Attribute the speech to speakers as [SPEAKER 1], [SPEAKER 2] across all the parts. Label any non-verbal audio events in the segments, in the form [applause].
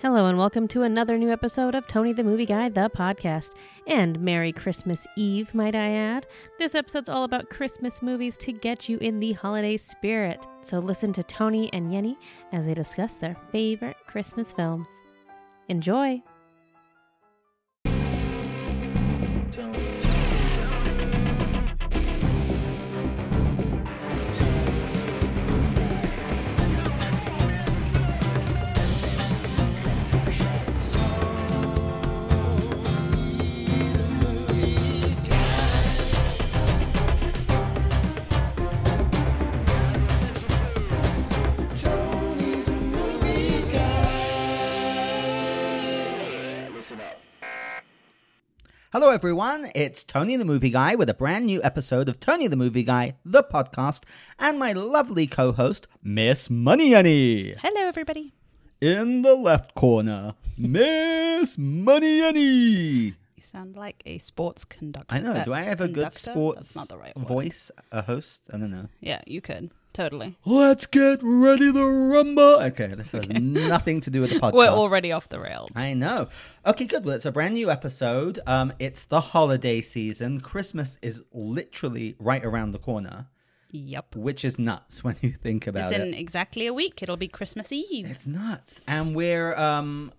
[SPEAKER 1] Hello, and welcome to another new episode of Tony the Movie Guy, the podcast. And Merry Christmas Eve, might I add. This episode's all about Christmas movies to get you in the holiday spirit. So listen to Tony and Yenny as they discuss their favorite Christmas films. Enjoy!
[SPEAKER 2] Hello, everyone. It's Tony the Movie Guy with a brand new episode of Tony the Movie Guy, the podcast, and my lovely co host, Miss Money Money.
[SPEAKER 3] Hello, everybody.
[SPEAKER 2] In the left
[SPEAKER 3] [laughs]
[SPEAKER 2] corner, Miss Money Money.
[SPEAKER 3] You sound like a sports conductor.
[SPEAKER 2] I know.
[SPEAKER 3] Uh,
[SPEAKER 2] Do I have a good
[SPEAKER 3] conductor?
[SPEAKER 2] sports
[SPEAKER 3] That's not the right word.
[SPEAKER 2] voice? A host? I don't know.
[SPEAKER 3] Yeah, you could totally.
[SPEAKER 2] Let's get ready to rumble. Okay, this
[SPEAKER 3] [laughs]
[SPEAKER 2] has nothing to do with the podcast.
[SPEAKER 3] We're already off the rails.
[SPEAKER 2] I know. Okay, good. Well, it's a brand new episode. Um, it's the holiday season. Christmas is literally right around the corner,
[SPEAKER 3] Yep.
[SPEAKER 2] which is nuts [laughs] when you think about
[SPEAKER 3] It's
[SPEAKER 2] it.
[SPEAKER 3] in exactly a week. It'll be Christmas Eve.
[SPEAKER 2] It's nuts. And we're um,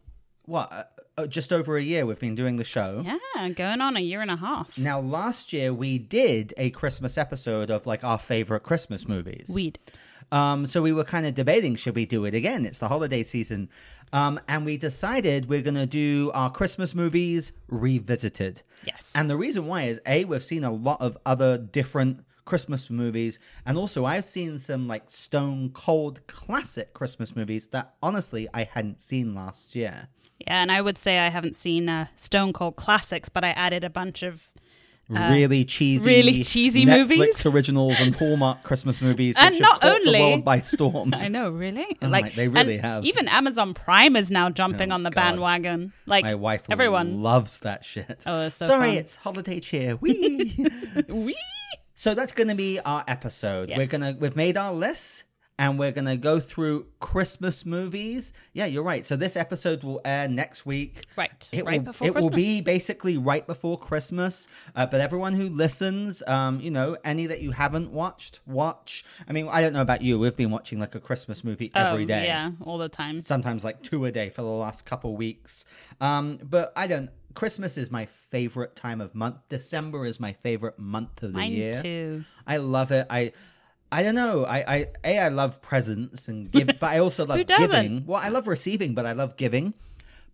[SPEAKER 2] what? uh, Uh, just over a year we've been doing the show.
[SPEAKER 3] Yeah, going on a year and a half.
[SPEAKER 2] Now, last year we did a Christmas episode of like our favorite Christmas movies.
[SPEAKER 3] We did.
[SPEAKER 2] Um, so we were kind of debating should we do it again? It's the holiday season. Um, and we decided we're going to do our Christmas movies revisited.
[SPEAKER 3] Yes.
[SPEAKER 2] And the reason why is A, we've seen a lot of other different Christmas movies. And also, I've seen some like stone cold classic Christmas movies that honestly I hadn't seen last year.
[SPEAKER 3] Yeah, and I would say I haven't seen uh, Stone Cold classics, but I added a bunch of
[SPEAKER 2] really cheesy,
[SPEAKER 3] Uh, really cheesy
[SPEAKER 2] Netflix
[SPEAKER 3] movies?
[SPEAKER 2] originals, and Hallmark Christmas movies,
[SPEAKER 3] [laughs] And
[SPEAKER 2] which
[SPEAKER 3] not
[SPEAKER 2] have caught
[SPEAKER 3] only-
[SPEAKER 2] the world by storm.
[SPEAKER 3] [laughs] I know, really?
[SPEAKER 2] [laughs] Oh my- they
[SPEAKER 3] and
[SPEAKER 2] really have.
[SPEAKER 3] Even Amazon Prime is now jumping
[SPEAKER 2] Oh,
[SPEAKER 3] on the
[SPEAKER 2] God.
[SPEAKER 3] bandwagon. Like
[SPEAKER 2] My wife
[SPEAKER 3] everyone.
[SPEAKER 2] loves that shit.
[SPEAKER 3] Oh, that's so
[SPEAKER 2] Sorry,
[SPEAKER 3] fun.
[SPEAKER 2] it's holiday cheer. Wee.
[SPEAKER 3] Whee!
[SPEAKER 2] [laughs] so that's going to be our episode. We're
[SPEAKER 3] Yes.
[SPEAKER 2] gonna we've made our list and we're gonna go through Christmas movies. Yeah, you're right. So this episode will air next week.
[SPEAKER 3] Right,
[SPEAKER 2] It
[SPEAKER 3] right
[SPEAKER 2] will,
[SPEAKER 3] before
[SPEAKER 2] it will be
[SPEAKER 3] Christmas.
[SPEAKER 2] basically right before Christmas. Uh, but everyone who listens, um, you know, any that you haven't watched, watch. I mean, I don't know about you. We've been watching like a Christmas movie every
[SPEAKER 3] Oh,
[SPEAKER 2] day
[SPEAKER 3] Yeah, all the time.
[SPEAKER 2] sometimes like two a day for the last couple weeks. Um, but I don't. Christmas is my favorite time of month. December is my favorite month of the
[SPEAKER 3] Mine
[SPEAKER 2] year.
[SPEAKER 3] too.
[SPEAKER 2] I love it. I. I don't know. I, I a I love presents
[SPEAKER 3] [laughs]
[SPEAKER 2] and give, but I also love
[SPEAKER 3] doesn't?
[SPEAKER 2] giving. Well, I love receiving, but I love giving.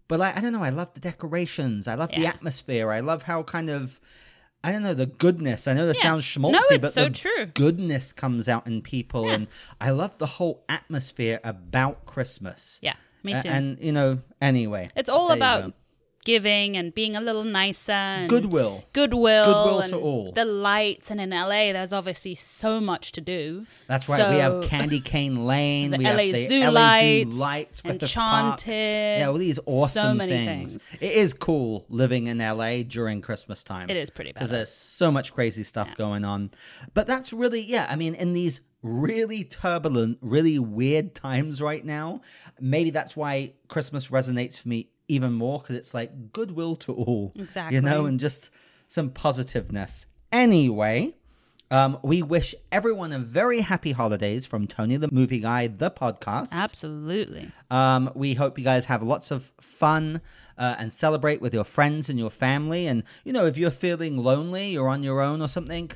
[SPEAKER 2] But like, I don't know. I love the decorations. I love the
[SPEAKER 3] Yeah.
[SPEAKER 2] atmosphere. I love how kind of I don't know the goodness. I know that
[SPEAKER 3] Yeah.
[SPEAKER 2] sounds schmaltzy,
[SPEAKER 3] No, it's
[SPEAKER 2] but
[SPEAKER 3] so
[SPEAKER 2] the
[SPEAKER 3] true.
[SPEAKER 2] goodness comes out in people, and I love the whole atmosphere about Christmas.
[SPEAKER 3] Yeah, me
[SPEAKER 2] A-
[SPEAKER 3] too.
[SPEAKER 2] And you know, anyway,
[SPEAKER 3] It's all
[SPEAKER 2] There you go.
[SPEAKER 3] about giving and being a little nicer and
[SPEAKER 2] goodwill.
[SPEAKER 3] goodwill,
[SPEAKER 2] Goodwill to
[SPEAKER 3] and
[SPEAKER 2] all.
[SPEAKER 3] the lights. And in LA, there's obviously so much to do.
[SPEAKER 2] That's right. we have
[SPEAKER 3] So-
[SPEAKER 2] Candy Cane Lane,
[SPEAKER 3] The
[SPEAKER 2] we have
[SPEAKER 3] LA
[SPEAKER 2] the
[SPEAKER 3] Zoo
[SPEAKER 2] LA
[SPEAKER 3] lights,
[SPEAKER 2] Zoo lights, Griffith Park.
[SPEAKER 3] Enchanted,
[SPEAKER 2] Yeah, all these
[SPEAKER 3] so
[SPEAKER 2] awesome
[SPEAKER 3] many
[SPEAKER 2] things.
[SPEAKER 3] things.
[SPEAKER 2] It is cool living in LA during Christmas time.
[SPEAKER 3] It is pretty
[SPEAKER 2] because
[SPEAKER 3] badass.
[SPEAKER 2] there's so much crazy stuff going on. But that's really yeah. I mean, in these really turbulent, really weird times right now, maybe that's why Christmas resonates for me even more because it's like goodwill to all.
[SPEAKER 3] Exactly.
[SPEAKER 2] You know, and just some positiveness. Anyway. Um, we wish everyone a very happy holidays from Tony the Movie Guy, the podcast.
[SPEAKER 3] Absolutely.
[SPEAKER 2] Um, we hope you guys have lots of fun uh, and celebrate with your friends and your family. And, you know, if you're feeling lonely, you're on your own or something,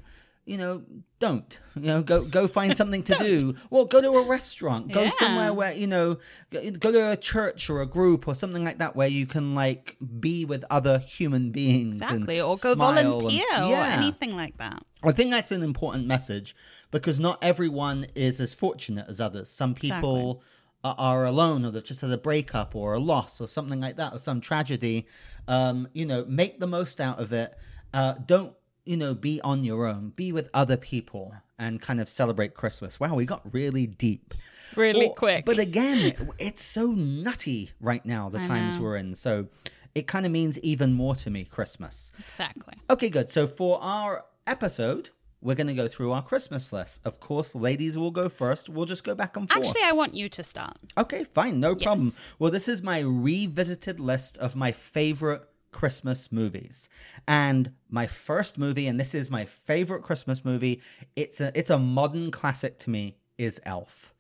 [SPEAKER 2] you know, don't. You know, go go find something
[SPEAKER 3] [laughs]
[SPEAKER 2] to do. Well, go to a restaurant. Go
[SPEAKER 3] Yeah.
[SPEAKER 2] somewhere where, you know, go go to a church or a group or something like that where you can, like, be with other human beings. and
[SPEAKER 3] Exactly. Or go
[SPEAKER 2] smile and-
[SPEAKER 3] volunteer
[SPEAKER 2] Yeah.
[SPEAKER 3] or anything like that.
[SPEAKER 2] I think that's an important message because not everyone is as fortunate as others. Some people a- are alone or they've just had a breakup or a loss or something like that or some tragedy. Um, you know, make the most out of it. Uh, don't, you know, be on your own. Be with other people and kind of celebrate Christmas. Wow, we got really deep.
[SPEAKER 3] Really
[SPEAKER 2] Or-
[SPEAKER 3] quick.
[SPEAKER 2] But
[SPEAKER 3] [laughs]
[SPEAKER 2] again, it's so nutty right now, the times we're in. So it kind of means even more to me, Christmas.
[SPEAKER 3] exactly.
[SPEAKER 2] Okay, good. So for our episode, we're going to go through our Christmas list. Of course, ladies will go first. We'll just go back and forth.
[SPEAKER 3] Actually, I want you to start.
[SPEAKER 2] Okay, fine, no problem.
[SPEAKER 3] Yes.
[SPEAKER 2] Well, this is my revisited list of my favorite Christmas movies. And my first movie, and this is my favorite Christmas movie, it's a it's a modern classic to me, is Elf.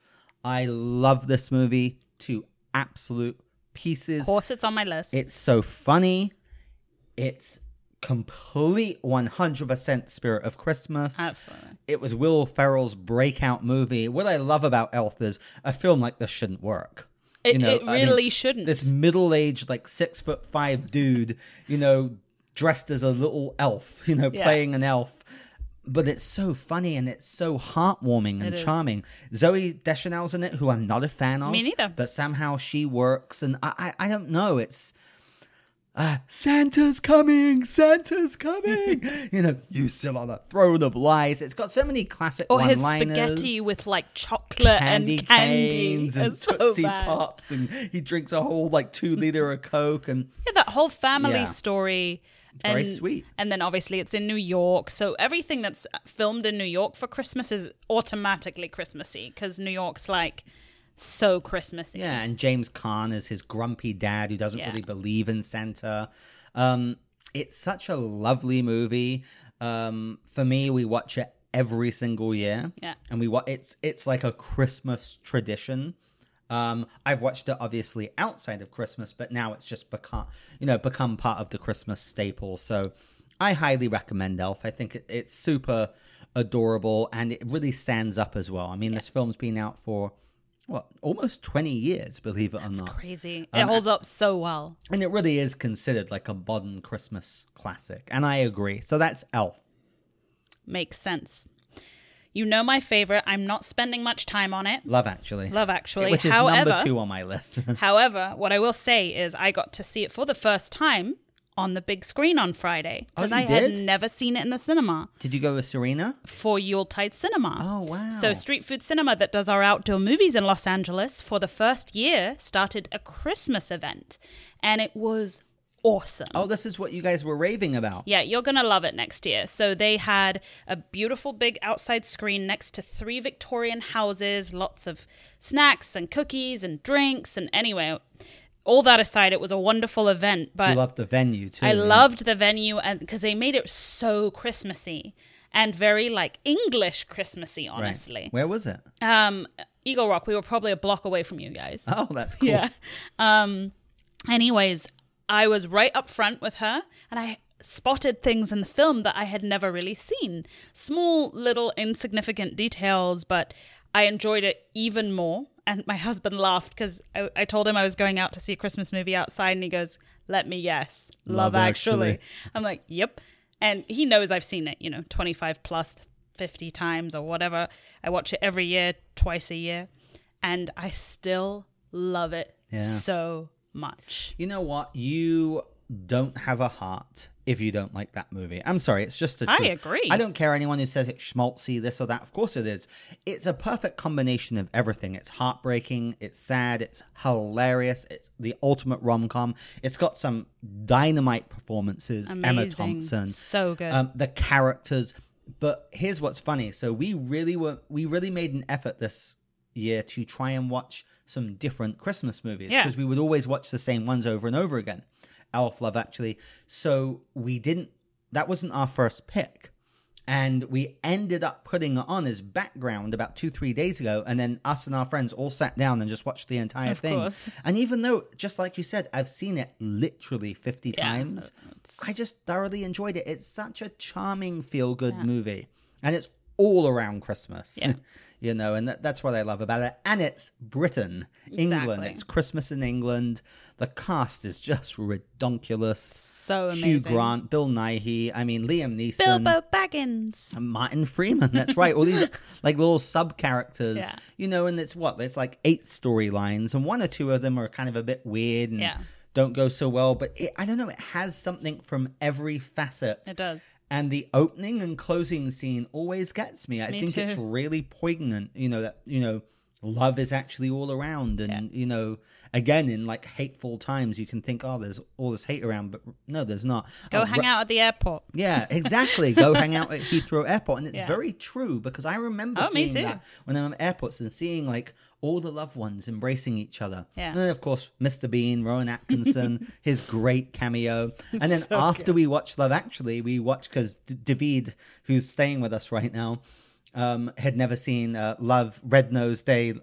[SPEAKER 2] I love this movie to absolute
[SPEAKER 3] Of
[SPEAKER 2] pieces.
[SPEAKER 3] course, it's on my list.
[SPEAKER 2] It's so funny. It's complete 100% spirit of Christmas
[SPEAKER 3] Absolutely.
[SPEAKER 2] it was Will Ferrell's breakout movie. What I love about Elf is a film like this shouldn't work.
[SPEAKER 3] It,
[SPEAKER 2] You know,
[SPEAKER 3] it
[SPEAKER 2] I mean,
[SPEAKER 3] really shouldn't.
[SPEAKER 2] This middle-aged, like six foot five dude, you know, dressed as a little elf, [laughs] you know,
[SPEAKER 3] Yeah.
[SPEAKER 2] playing an elf. But it's so funny and it's so heartwarming and
[SPEAKER 3] It is.
[SPEAKER 2] charming. Zoe Deschanel's in it, who I'm not a fan of.
[SPEAKER 3] Me neither.
[SPEAKER 2] But somehow she works, and I, I, I don't know. It's uh, Santa's coming, Santa's
[SPEAKER 3] [laughs]
[SPEAKER 2] coming. you know, you sit on a throne of lies. It's got so many classic
[SPEAKER 3] or his
[SPEAKER 2] one-liners,
[SPEAKER 3] spaghetti with like chocolate
[SPEAKER 2] candy
[SPEAKER 3] and candy.
[SPEAKER 2] canes, and
[SPEAKER 3] It's so
[SPEAKER 2] Tootsie
[SPEAKER 3] bad.
[SPEAKER 2] Pops, and he drinks a whole like two liter of Coke, and
[SPEAKER 3] Yeah, that whole family
[SPEAKER 2] Yeah.
[SPEAKER 3] story.
[SPEAKER 2] Very sweet.
[SPEAKER 3] And then obviously it's in New York. So everything that's filmed in New York for Christmas is automatically Christmassy because New York's like so Christmassy.
[SPEAKER 2] yeah, and James Caan is his grumpy dad who doesn't
[SPEAKER 3] Yeah.
[SPEAKER 2] really believe in Santa. Um, it's such a lovely movie. Um, for me, we watch it every single year.
[SPEAKER 3] Yeah.
[SPEAKER 2] and we watch it's it's like a Christmas tradition. Um, I've watched it obviously outside of Christmas, but now it's just become you know become part of the Christmas staple. So I highly recommend Elf. I think it, it's super adorable and it really stands up as well. I mean, this film's been out for what almost twenty years, believe it or
[SPEAKER 3] It's
[SPEAKER 2] not,
[SPEAKER 3] crazy. it
[SPEAKER 2] Um,
[SPEAKER 3] holds up so well.
[SPEAKER 2] and it really is considered like a modern Christmas classic. And I agree. So that's Elf.
[SPEAKER 3] Makes sense. You know my favorite. I'm not spending much time on it.
[SPEAKER 2] Love Actually,
[SPEAKER 3] Love actually.
[SPEAKER 2] which is
[SPEAKER 3] However,
[SPEAKER 2] number two on my list. [laughs]
[SPEAKER 3] However, what I will say is I got to see it for the first time on the big screen on Friday because
[SPEAKER 2] Oh, you
[SPEAKER 3] I had
[SPEAKER 2] did?
[SPEAKER 3] never seen it in the cinema
[SPEAKER 2] Did you go with Serena?
[SPEAKER 3] for Yuletide Cinema.
[SPEAKER 2] Oh wow!
[SPEAKER 3] So, Street Food Cinema, that does our outdoor movies in Los Angeles, for the first year started a Christmas event and it was awesome.
[SPEAKER 2] Oh, this is what you guys were raving about.
[SPEAKER 3] Yeah, you're going to love it next year. So they had a beautiful big outside screen next to three Victorian houses, lots of snacks and cookies and drinks. And anyway, all that aside, it was a wonderful event. But
[SPEAKER 2] you loved the venue too.
[SPEAKER 3] I
[SPEAKER 2] yeah.
[SPEAKER 3] loved the venue and because they made it so Christmassy and very like English Christmassy,
[SPEAKER 2] Right.
[SPEAKER 3] honestly.
[SPEAKER 2] Where was
[SPEAKER 3] [laughs]
[SPEAKER 2] it?
[SPEAKER 3] Um, Eagle Rock, we were probably a block away from you guys.
[SPEAKER 2] Oh, that's cool.
[SPEAKER 3] [laughs] Yeah. Um anyways, I was right up front with her and I spotted things in the film that I had never really seen. Small little insignificant details, but I enjoyed it even more. And my [laughs] husband laughed because I, I told him I was going out to see a Christmas movie outside, and he goes, "Let me guess, Love,
[SPEAKER 2] Love
[SPEAKER 3] actually.
[SPEAKER 2] Actually.
[SPEAKER 3] [laughs] I'm like, "Yep," and he knows I've seen it, you know, 25 plus, 50 times or whatever. I watch it every year, twice a year and I still love it
[SPEAKER 2] Yeah.
[SPEAKER 3] so much.
[SPEAKER 2] You know what? You don't have a heart if you don't like that movie. I'm sorry, it's just the
[SPEAKER 3] I
[SPEAKER 2] truth.
[SPEAKER 3] agree.
[SPEAKER 2] I don't care anyone who says it's schmaltzy, this or that. Of course it is. It's a perfect combination of everything. It's heartbreaking, it's sad, it's hilarious, it's the ultimate rom com. It's got some dynamite performances. Emma Thompson.
[SPEAKER 3] so good.
[SPEAKER 2] um, the characters. But here's what's funny. So we really were we really made an effort this year to try and watch some different Christmas movies
[SPEAKER 3] Yeah.
[SPEAKER 2] because we would always watch the same ones over and over again. Elf Love actually. So we didn't that wasn't our first pick. And we ended up putting it on as background about two, three days ago. And then us and our friends all sat down and just watched the entire
[SPEAKER 3] Of
[SPEAKER 2] thing.
[SPEAKER 3] course.
[SPEAKER 2] And even though, just like you said, I've seen it literally 50
[SPEAKER 3] Yeah,
[SPEAKER 2] times,
[SPEAKER 3] that's-
[SPEAKER 2] I just thoroughly enjoyed it. It's such a charming, feel good movie, and it's all around Christmas.
[SPEAKER 3] Yeah.
[SPEAKER 2] [laughs] you know, and that, that's what I love about it. And it's Britain, England.
[SPEAKER 3] Exactly.
[SPEAKER 2] It's Christmas in England. The cast is just redonkulous.
[SPEAKER 3] so amazing.
[SPEAKER 2] Hugh Grant, Bill Nighy. I mean, Liam Neeson.
[SPEAKER 3] Bilbo Baggins.
[SPEAKER 2] and Martin Freeman, that's right. All
[SPEAKER 3] [laughs]
[SPEAKER 2] these like little sub characters,
[SPEAKER 3] Yeah.
[SPEAKER 2] you know, and it's what? It's like eight storylines, and one or two of them are kind of a bit weird and
[SPEAKER 3] Yeah.
[SPEAKER 2] don't go so well. But it, I don't know, it has something from every facet
[SPEAKER 3] It does.
[SPEAKER 2] and the opening and closing scene always gets me. I
[SPEAKER 3] Me
[SPEAKER 2] think it's
[SPEAKER 3] too.
[SPEAKER 2] really poignant, you know that you know love is actually all around and you know again in like hateful times you can think oh there's all this hate around but no there's not
[SPEAKER 3] Go
[SPEAKER 2] Oh,
[SPEAKER 3] hang out at the airport. [laughs]
[SPEAKER 2] yeah, exactly. Go hang out at Heathrow Airport, and it's
[SPEAKER 3] Yeah.
[SPEAKER 2] very true because I remember
[SPEAKER 3] Oh, me
[SPEAKER 2] seeing
[SPEAKER 3] too.
[SPEAKER 2] that when I'm at airports and seeing like all the loved ones embracing each other.
[SPEAKER 3] Yeah.
[SPEAKER 2] And then of course Mr. Bean, Rowan
[SPEAKER 3] [laughs]
[SPEAKER 2] Atkinson, his great cameo, and then after we watched Love Actually, we watched because D- David, who's staying with us right now, um, had never seen uh, Love Red Nose Day.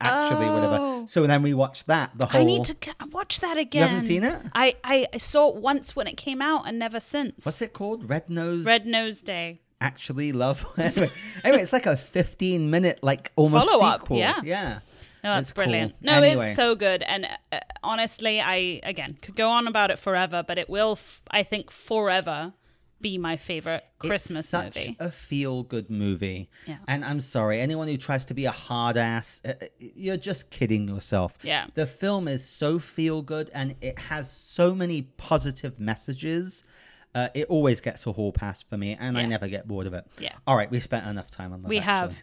[SPEAKER 2] Actually,
[SPEAKER 3] Oh.
[SPEAKER 2] whatever. So then we watched that. The whole
[SPEAKER 3] I need to c- watch that again.
[SPEAKER 2] Oh. seen it?
[SPEAKER 3] I, I I saw it once when it came out and never since.
[SPEAKER 2] what's it called? Red Nose
[SPEAKER 3] Red Nose Day.
[SPEAKER 2] actually love.
[SPEAKER 3] [laughs]
[SPEAKER 2] anyway, anyway, it's like a 15 minute, like almost
[SPEAKER 3] Follow-up,
[SPEAKER 2] sequel.
[SPEAKER 3] yeah.
[SPEAKER 2] Yeah.
[SPEAKER 3] No, that's
[SPEAKER 2] It's cool.
[SPEAKER 3] brilliant. No,
[SPEAKER 2] Anyway.
[SPEAKER 3] it's so good. And uh, honestly, I again could go on about it forever, but it will. F- I think forever be my favorite Christmas
[SPEAKER 2] it's such
[SPEAKER 3] movie.
[SPEAKER 2] a feel good movie.
[SPEAKER 3] Yeah.
[SPEAKER 2] And I'm sorry, anyone who tries to be a hard ass, uh, uh, you're just kidding yourself.
[SPEAKER 3] Yeah.
[SPEAKER 2] The film is so feel good and it has so many positive messages. Uh, it always gets a hall pass for me, and I
[SPEAKER 3] Yeah.
[SPEAKER 2] never get bored of it.
[SPEAKER 3] Yeah.
[SPEAKER 2] All right, we've spent enough time on that.
[SPEAKER 3] we have.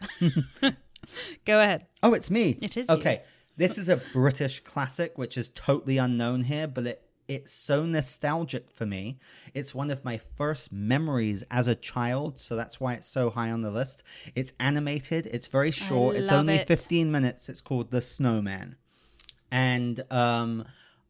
[SPEAKER 3] go ahead.
[SPEAKER 2] Oh, it's me.
[SPEAKER 3] It is you.
[SPEAKER 2] Okay. This is a British classic, which is totally unknown here, but it it's so nostalgic for me. It's one of my first memories as a child, so that's why it's so high on the list. It's animated, it's very short, it's
[SPEAKER 3] love
[SPEAKER 2] only
[SPEAKER 3] it.
[SPEAKER 2] 15 minutes. It's called The Snowman. And um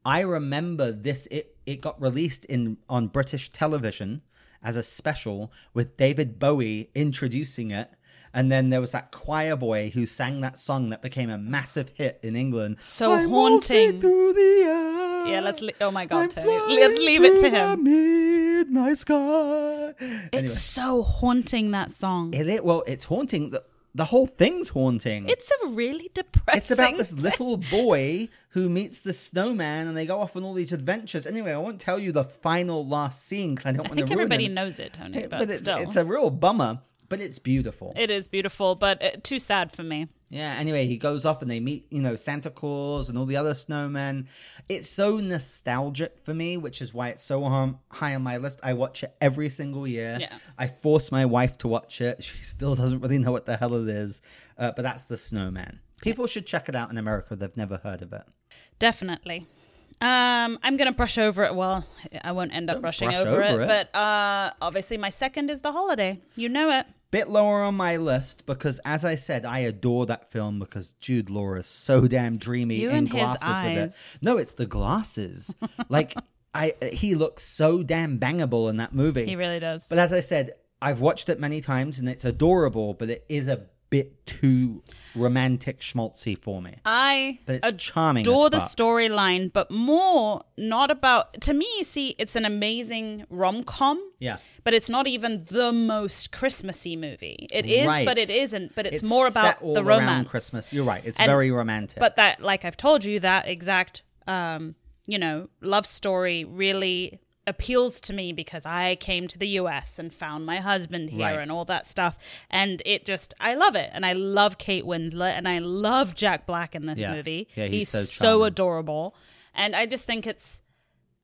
[SPEAKER 2] I remember this it it got released in on British television as a special with David Bowie introducing it. And then there was that choir boy who sang that song that became a massive hit in England.
[SPEAKER 3] So
[SPEAKER 2] I'm waltzing
[SPEAKER 3] haunting.
[SPEAKER 2] through the air.
[SPEAKER 3] Yeah, let's. Li- oh my
[SPEAKER 2] I'm
[SPEAKER 3] god, Tony.
[SPEAKER 2] flying
[SPEAKER 3] Let's leave it to
[SPEAKER 2] through
[SPEAKER 3] him.
[SPEAKER 2] the midnight sky. Anyway,
[SPEAKER 3] It's so haunting that song.
[SPEAKER 2] it, it- well, it's haunting. The, the whole thing's haunting.
[SPEAKER 3] It's a really depressing.
[SPEAKER 2] It's about this little boy who meets the snowman and they go off on all these adventures. Anyway, I won't tell you the final last scene because I don't
[SPEAKER 3] [laughs] I
[SPEAKER 2] want to
[SPEAKER 3] think
[SPEAKER 2] ruin
[SPEAKER 3] everybody
[SPEAKER 2] it.
[SPEAKER 3] knows it, Tony.
[SPEAKER 2] It-
[SPEAKER 3] But,
[SPEAKER 2] but it's,
[SPEAKER 3] still,
[SPEAKER 2] it's a real bummer, but it's beautiful.
[SPEAKER 3] it is beautiful, but uh, too sad for me.
[SPEAKER 2] yeah, anyway, he goes off and they meet, you know, Santa Claus and all the other snowmen. It's so nostalgic for me, which is why it's so um, high on my list. I watch it every single year.
[SPEAKER 3] Yeah.
[SPEAKER 2] I force my wife to watch it. She still doesn't really know what the hell it is, uh, but that's The Snowman. People should check it out in America if they've never heard of it.
[SPEAKER 3] Definitely. Um, I'm gonna brush over it. Well, I won't end up brushing
[SPEAKER 2] brush
[SPEAKER 3] over,
[SPEAKER 2] over
[SPEAKER 3] it,
[SPEAKER 2] it.
[SPEAKER 3] but uh, obviously my second is the holiday. You know it.
[SPEAKER 2] bit lower on my list because as i said i adore that film because jude law is so damn dreamy
[SPEAKER 3] You
[SPEAKER 2] in
[SPEAKER 3] and his
[SPEAKER 2] glasses
[SPEAKER 3] eyes.
[SPEAKER 2] with it no it's the
[SPEAKER 3] [laughs]
[SPEAKER 2] glasses like i he looks so damn bangable in that movie
[SPEAKER 3] He really does.
[SPEAKER 2] but as i said i've watched it many times and it's adorable but it is a bit too romantic schmaltzy for me
[SPEAKER 3] I
[SPEAKER 2] but it's
[SPEAKER 3] ad-
[SPEAKER 2] charming as
[SPEAKER 3] adore the
[SPEAKER 2] fuck.
[SPEAKER 3] storyline, but more not about. To me, see, it's an amazing rom com.
[SPEAKER 2] yeah
[SPEAKER 3] But it's not even the most Christmassy movie. It is,
[SPEAKER 2] Right.
[SPEAKER 3] but it isn't. But it's,
[SPEAKER 2] It's
[SPEAKER 3] more
[SPEAKER 2] set
[SPEAKER 3] about
[SPEAKER 2] all
[SPEAKER 3] the
[SPEAKER 2] around
[SPEAKER 3] romance.
[SPEAKER 2] christmas you're right it's
[SPEAKER 3] And-
[SPEAKER 2] very romantic
[SPEAKER 3] But that, like I've told you, that exact, um, you know, love story really appeals to me because I came to the US and found my husband here
[SPEAKER 2] Right.
[SPEAKER 3] and all that stuff. And it just, I love it. And I love Kate Winslet and I love Jack Black in this
[SPEAKER 2] Yeah.
[SPEAKER 3] movie.
[SPEAKER 2] Yeah, he's so
[SPEAKER 3] so
[SPEAKER 2] charming.
[SPEAKER 3] adorable. And I just think it's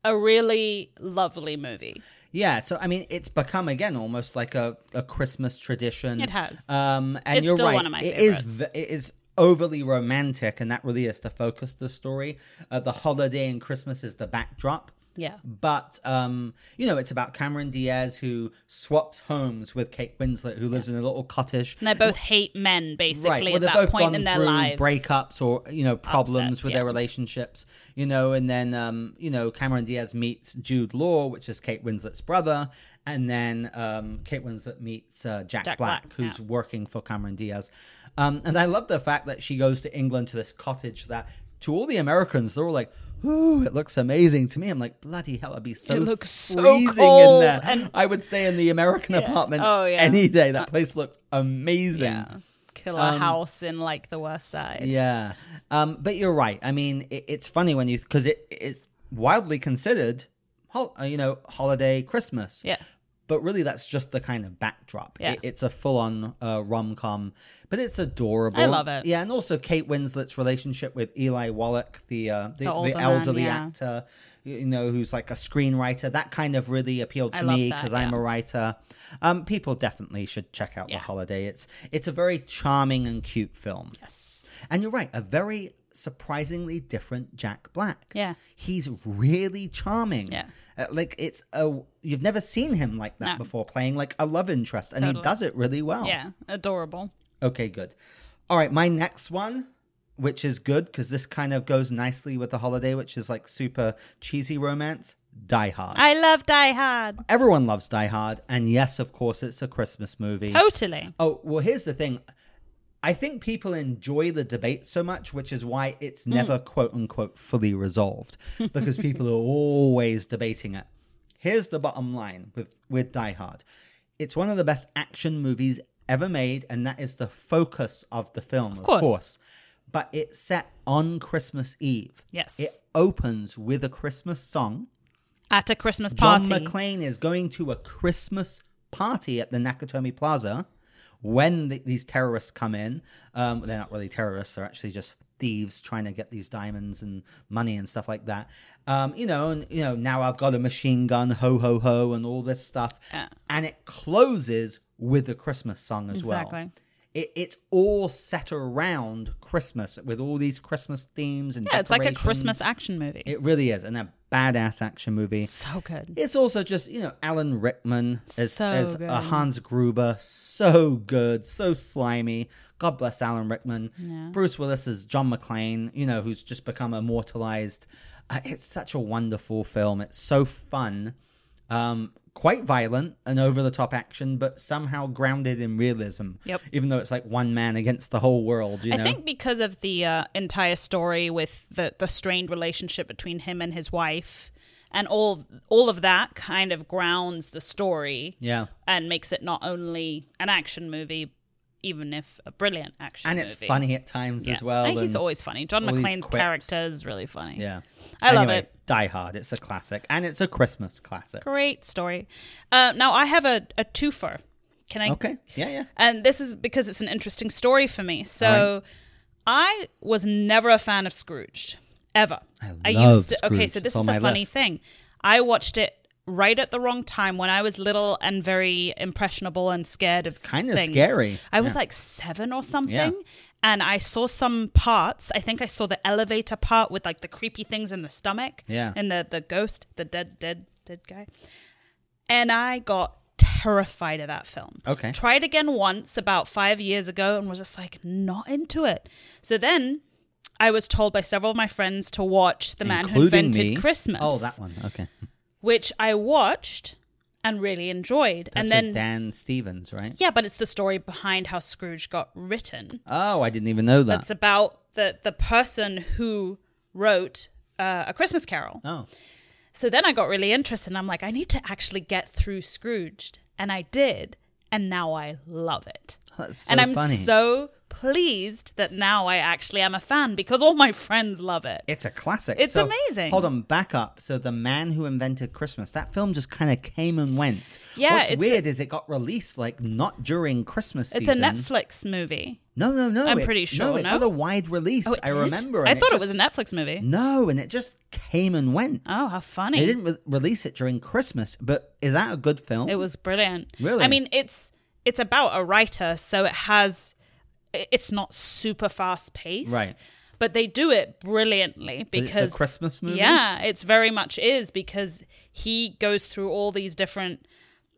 [SPEAKER 3] a really lovely movie.
[SPEAKER 2] Yeah, so I mean, it's become again almost like a, a Christmas tradition.
[SPEAKER 3] It has.
[SPEAKER 2] Um, and
[SPEAKER 3] It's
[SPEAKER 2] you're
[SPEAKER 3] still
[SPEAKER 2] right.
[SPEAKER 3] one of my
[SPEAKER 2] it is.
[SPEAKER 3] favorites.
[SPEAKER 2] v- It is overly romantic, and that really is the focus of the story. Uh, the holiday and Christmas is the backdrop.
[SPEAKER 3] Yeah.
[SPEAKER 2] But um, you know, it's about Cameron Diaz who swaps homes with Kate Winslet, who lives in a little cottage.
[SPEAKER 3] And they both hate men basically
[SPEAKER 2] Right. Well,
[SPEAKER 3] at
[SPEAKER 2] they've
[SPEAKER 3] that
[SPEAKER 2] both
[SPEAKER 3] point
[SPEAKER 2] gone
[SPEAKER 3] in their
[SPEAKER 2] through
[SPEAKER 3] lives.
[SPEAKER 2] breakups or you know problems
[SPEAKER 3] Upsets,
[SPEAKER 2] with
[SPEAKER 3] yeah.
[SPEAKER 2] their relationships, you know, and then um, you know Cameron Diaz meets Jude Law, which is Kate Winslet's brother, and then um, Kate Winslet meets uh, Jack,
[SPEAKER 3] Jack
[SPEAKER 2] Black,
[SPEAKER 3] Black,
[SPEAKER 2] who's working for Cameron Diaz, um, and I love the fact that she goes to England to this cottage that. To all the Americans, they're all like, "Ooh, it looks amazing." To me, I'm like, "Bloody hell, I'd be so
[SPEAKER 3] It looks so
[SPEAKER 2] freezing in
[SPEAKER 3] cold
[SPEAKER 2] there."
[SPEAKER 3] and-
[SPEAKER 2] I would stay in the American apartment
[SPEAKER 3] Oh, yeah.
[SPEAKER 2] any day. That place looked amazing.
[SPEAKER 3] Yeah. Killer
[SPEAKER 2] um,
[SPEAKER 3] house in like the West Side.
[SPEAKER 2] Yeah, um, but you're right. I mean, it, it's funny when you because it it's wildly considered, hol- uh, you know, holiday Christmas.
[SPEAKER 3] Yeah.
[SPEAKER 2] But really, that's just the kind of backdrop.
[SPEAKER 3] Yeah.
[SPEAKER 2] It- it's a full on uh, rom com, but it's adorable.
[SPEAKER 3] I love it.
[SPEAKER 2] Yeah, and also Kate Winslet's relationship with Eli Wallach, the uh, the,
[SPEAKER 3] The older
[SPEAKER 2] the
[SPEAKER 3] man,
[SPEAKER 2] elderly
[SPEAKER 3] yeah.
[SPEAKER 2] actor, you know, who's like a screenwriter. That kind of really appealed
[SPEAKER 3] I
[SPEAKER 2] to
[SPEAKER 3] love
[SPEAKER 2] me
[SPEAKER 3] that,
[SPEAKER 2] because I'm
[SPEAKER 3] yeah.
[SPEAKER 2] a writer. Um, people definitely should check out
[SPEAKER 3] Yeah.
[SPEAKER 2] The Holiday. It's it's a very charming and cute film.
[SPEAKER 3] Yes.
[SPEAKER 2] And you're right, a very surprisingly different Jack Black.
[SPEAKER 3] Yeah.
[SPEAKER 2] He's really charming.
[SPEAKER 3] Yeah.
[SPEAKER 2] Uh, like it's a you've never seen him like that
[SPEAKER 3] No.
[SPEAKER 2] before playing like a love interest and he
[SPEAKER 3] Totally.
[SPEAKER 2] does it really well.
[SPEAKER 3] Yeah. Adorable.
[SPEAKER 2] Okay, good. All right, my next one, which is good cuz this kind of goes nicely with the holiday which is like super cheesy romance, Die Hard.
[SPEAKER 3] I love Die Hard.
[SPEAKER 2] Everyone loves Die Hard and yes, of course it's a Christmas movie.
[SPEAKER 3] Totally.
[SPEAKER 2] Oh, well, here's the thing. I think people enjoy the debate so much, which is why it's
[SPEAKER 3] Hmm.
[SPEAKER 2] never quote unquote fully resolved because people are always debating it. Here's the bottom line with, with Die Hard it's one of the best action movies ever made, and that is the focus of the film, of
[SPEAKER 3] course.
[SPEAKER 2] course. But it's set on Christmas Eve.
[SPEAKER 3] Yes.
[SPEAKER 2] It opens with a Christmas song.
[SPEAKER 3] At a Christmas
[SPEAKER 2] John
[SPEAKER 3] party.
[SPEAKER 2] McClane is going to a Christmas party at the Nakatomi Plaza when th these terrorists come in. Um, they're not really terrorists; they're actually just thieves trying to get these diamonds and money and stuff like that. Um, you know, and you know, now I've got a machine gun, ho ho ho, and all this stuff.
[SPEAKER 3] Yeah.
[SPEAKER 2] And it closes with a Christmas song as well.
[SPEAKER 3] Exactly.
[SPEAKER 2] It, it's all set around Christmas with all these Christmas themes and
[SPEAKER 3] yeah, it's like a
[SPEAKER 2] decorations.
[SPEAKER 3] Christmas action movie.
[SPEAKER 2] It really is, and a badass action movie.
[SPEAKER 3] so good.
[SPEAKER 2] It's also just you know Alan Rickman as
[SPEAKER 3] So
[SPEAKER 2] as
[SPEAKER 3] good.
[SPEAKER 2] uh, Hans Gruber, so good, so slimy. God bless Alan Rickman.
[SPEAKER 3] Yeah.
[SPEAKER 2] Bruce Willis as John McClane, you know, who's just become immortalized. Uh, it's such a wonderful film. It's so fun, um, quite violent and over the top action, but somehow grounded in realism.
[SPEAKER 3] Yep.
[SPEAKER 2] Even though it's like one man against the whole world, you
[SPEAKER 3] I
[SPEAKER 2] know.
[SPEAKER 3] think because of the uh, entire story with the, the strained relationship between him and his wife, and all all of that kind of grounds the story
[SPEAKER 2] yeah.
[SPEAKER 3] and makes it not only an action movie, even if a brilliant action.
[SPEAKER 2] And it's
[SPEAKER 3] movie.
[SPEAKER 2] funny at times
[SPEAKER 3] Yeah.
[SPEAKER 2] as well.
[SPEAKER 3] And he's
[SPEAKER 2] and-
[SPEAKER 3] always funny. John
[SPEAKER 2] all these
[SPEAKER 3] McClane's
[SPEAKER 2] quips.
[SPEAKER 3] character is really funny.
[SPEAKER 2] yeah.
[SPEAKER 3] I love it.
[SPEAKER 2] Die Hard. It's a classic, and it's a Christmas classic.
[SPEAKER 3] Great story. Uh, now I have a, a twofer. Can I?
[SPEAKER 2] Okay. Yeah, yeah.
[SPEAKER 3] And this is because it's an interesting story for me. So I was never a fan of Scrooge ever. I,
[SPEAKER 2] love
[SPEAKER 3] used to Okay,
[SPEAKER 2] Scrooge.
[SPEAKER 3] so
[SPEAKER 2] It's
[SPEAKER 3] this
[SPEAKER 2] on
[SPEAKER 3] is the
[SPEAKER 2] my
[SPEAKER 3] funny
[SPEAKER 2] list.
[SPEAKER 3] thing. I watched it right at the wrong time when I was little and very impressionable and scared of
[SPEAKER 2] kinda
[SPEAKER 3] things.
[SPEAKER 2] scary.
[SPEAKER 3] I was
[SPEAKER 2] Yeah.
[SPEAKER 3] like 7 or something.
[SPEAKER 2] Yeah.
[SPEAKER 3] And I saw some parts. I think I saw the elevator part with like the creepy things in the stomach.
[SPEAKER 2] Yeah.
[SPEAKER 3] And the, the ghost, the dead, dead, dead guy and I got terrified of that film.
[SPEAKER 2] Okay.
[SPEAKER 3] Tried again once about five years ago and was just like not into it. So then I was told by several of my friends to watch The Man Who
[SPEAKER 2] Including
[SPEAKER 3] Invented
[SPEAKER 2] me.
[SPEAKER 3] Christmas.
[SPEAKER 2] Oh, that one. Okay.
[SPEAKER 3] Which I watched and really enjoyed.
[SPEAKER 2] That's
[SPEAKER 3] and then
[SPEAKER 2] with Dan Stevens, right?
[SPEAKER 3] Yeah, but it's the story behind how Scrooge got written.
[SPEAKER 2] Oh, I didn't even know that.
[SPEAKER 3] That's about the the person who wrote uh, a Christmas Carol.
[SPEAKER 2] oh,
[SPEAKER 3] So then I got really interested and I'm like, I need to actually get through Scrooged. And I did. And now I love it.
[SPEAKER 2] that's so
[SPEAKER 3] and I'm
[SPEAKER 2] funny.
[SPEAKER 3] so pleased that now I actually am a fan because all my friends love it.
[SPEAKER 2] It's a classic.
[SPEAKER 3] It's
[SPEAKER 2] So,
[SPEAKER 3] amazing.
[SPEAKER 2] Hold on, back up. So, The Man Who Invented Christmas, that film just kind of came and went.
[SPEAKER 3] Yeah,
[SPEAKER 2] What's
[SPEAKER 3] it's
[SPEAKER 2] weird is it got released like not during Christmas
[SPEAKER 3] It's a
[SPEAKER 2] season.
[SPEAKER 3] Netflix movie.
[SPEAKER 2] No, no, no.
[SPEAKER 3] I'm
[SPEAKER 2] it-
[SPEAKER 3] pretty sure,
[SPEAKER 2] No, it
[SPEAKER 3] no?
[SPEAKER 2] got a wide release.
[SPEAKER 3] Oh, it
[SPEAKER 2] I
[SPEAKER 3] did?
[SPEAKER 2] remember.
[SPEAKER 3] I
[SPEAKER 2] and
[SPEAKER 3] thought
[SPEAKER 2] just-
[SPEAKER 3] it, was a Netflix movie.
[SPEAKER 2] No, and it just came and went.
[SPEAKER 3] Oh, how funny.
[SPEAKER 2] They didn't re- release it during Christmas, but is that a good film?
[SPEAKER 3] It was brilliant.
[SPEAKER 2] Really?
[SPEAKER 3] I mean, it's it's about a writer, so it has i- it's not super fast paced.
[SPEAKER 2] Right.
[SPEAKER 3] But they do it brilliantly
[SPEAKER 2] it's a
[SPEAKER 3] because
[SPEAKER 2] Christmas movie?
[SPEAKER 3] Yeah, it's very much is because he goes through all these different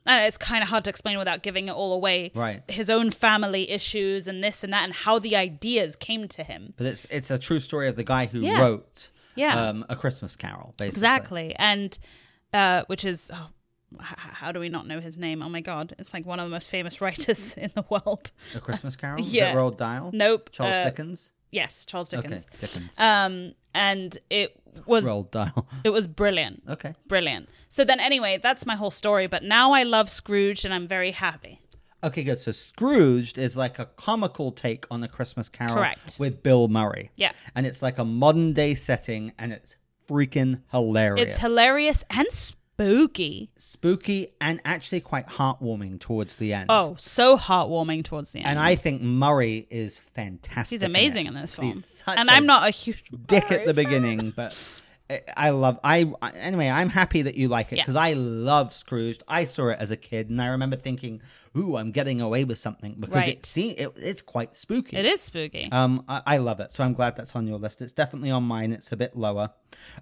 [SPEAKER 3] and it's kind of hard to explain without giving it all away.
[SPEAKER 2] Right.
[SPEAKER 3] His own family issues and this and that and how the ideas came to him.
[SPEAKER 2] But it's it's a true story of the guy who
[SPEAKER 3] Yeah.
[SPEAKER 2] wrote
[SPEAKER 3] Yeah.
[SPEAKER 2] um, a Christmas Carol, basically.
[SPEAKER 3] Exactly. And uh, which is oh, h- h- how do we not know his name? Oh my god, it's like one of the most famous [laughs] writers in the world.
[SPEAKER 2] A
[SPEAKER 3] [laughs]
[SPEAKER 2] Christmas Carol. Is
[SPEAKER 3] Yeah.
[SPEAKER 2] that Roald Dahl?
[SPEAKER 3] Nope,
[SPEAKER 2] Charles
[SPEAKER 3] uh,
[SPEAKER 2] Dickens.
[SPEAKER 3] Yes, Charles Dickens.
[SPEAKER 2] Okay, Dickens.
[SPEAKER 3] Um, and it was
[SPEAKER 2] Roald
[SPEAKER 3] [laughs]
[SPEAKER 2] Dahl.
[SPEAKER 3] it was brilliant,
[SPEAKER 2] Okay.
[SPEAKER 3] brilliant. So then, anyway, that's my whole story. But now I love Scrooge, and I'm very happy.
[SPEAKER 2] Okay, good. So Scrooged is like a comical take on a Christmas Carol,
[SPEAKER 3] Correct.
[SPEAKER 2] With Bill Murray.
[SPEAKER 3] Yeah.
[SPEAKER 2] And it's like a modern day setting, and it's freaking hilarious.
[SPEAKER 3] It's hilarious and spooky.
[SPEAKER 2] spooky and actually quite heartwarming towards the end.
[SPEAKER 3] Oh, so heartwarming towards the end.
[SPEAKER 2] and I think Murray is fantastic.
[SPEAKER 3] He's
[SPEAKER 2] in it.
[SPEAKER 3] amazing in this film.
[SPEAKER 2] He's such
[SPEAKER 3] And
[SPEAKER 2] a
[SPEAKER 3] I'm not a huge
[SPEAKER 2] dick at the beginning, but I- I love. I I- anyway, I'm happy that you like it
[SPEAKER 3] Yeah.
[SPEAKER 2] because I love Scrooged. I saw it as a kid, and I remember thinking, "Ooh, I'm getting away with something," because
[SPEAKER 3] Right.
[SPEAKER 2] it seems it, it's quite spooky.
[SPEAKER 3] It is spooky.
[SPEAKER 2] Um, I, I love it, so I'm glad that's on your list. It's definitely on mine. It's a bit lower.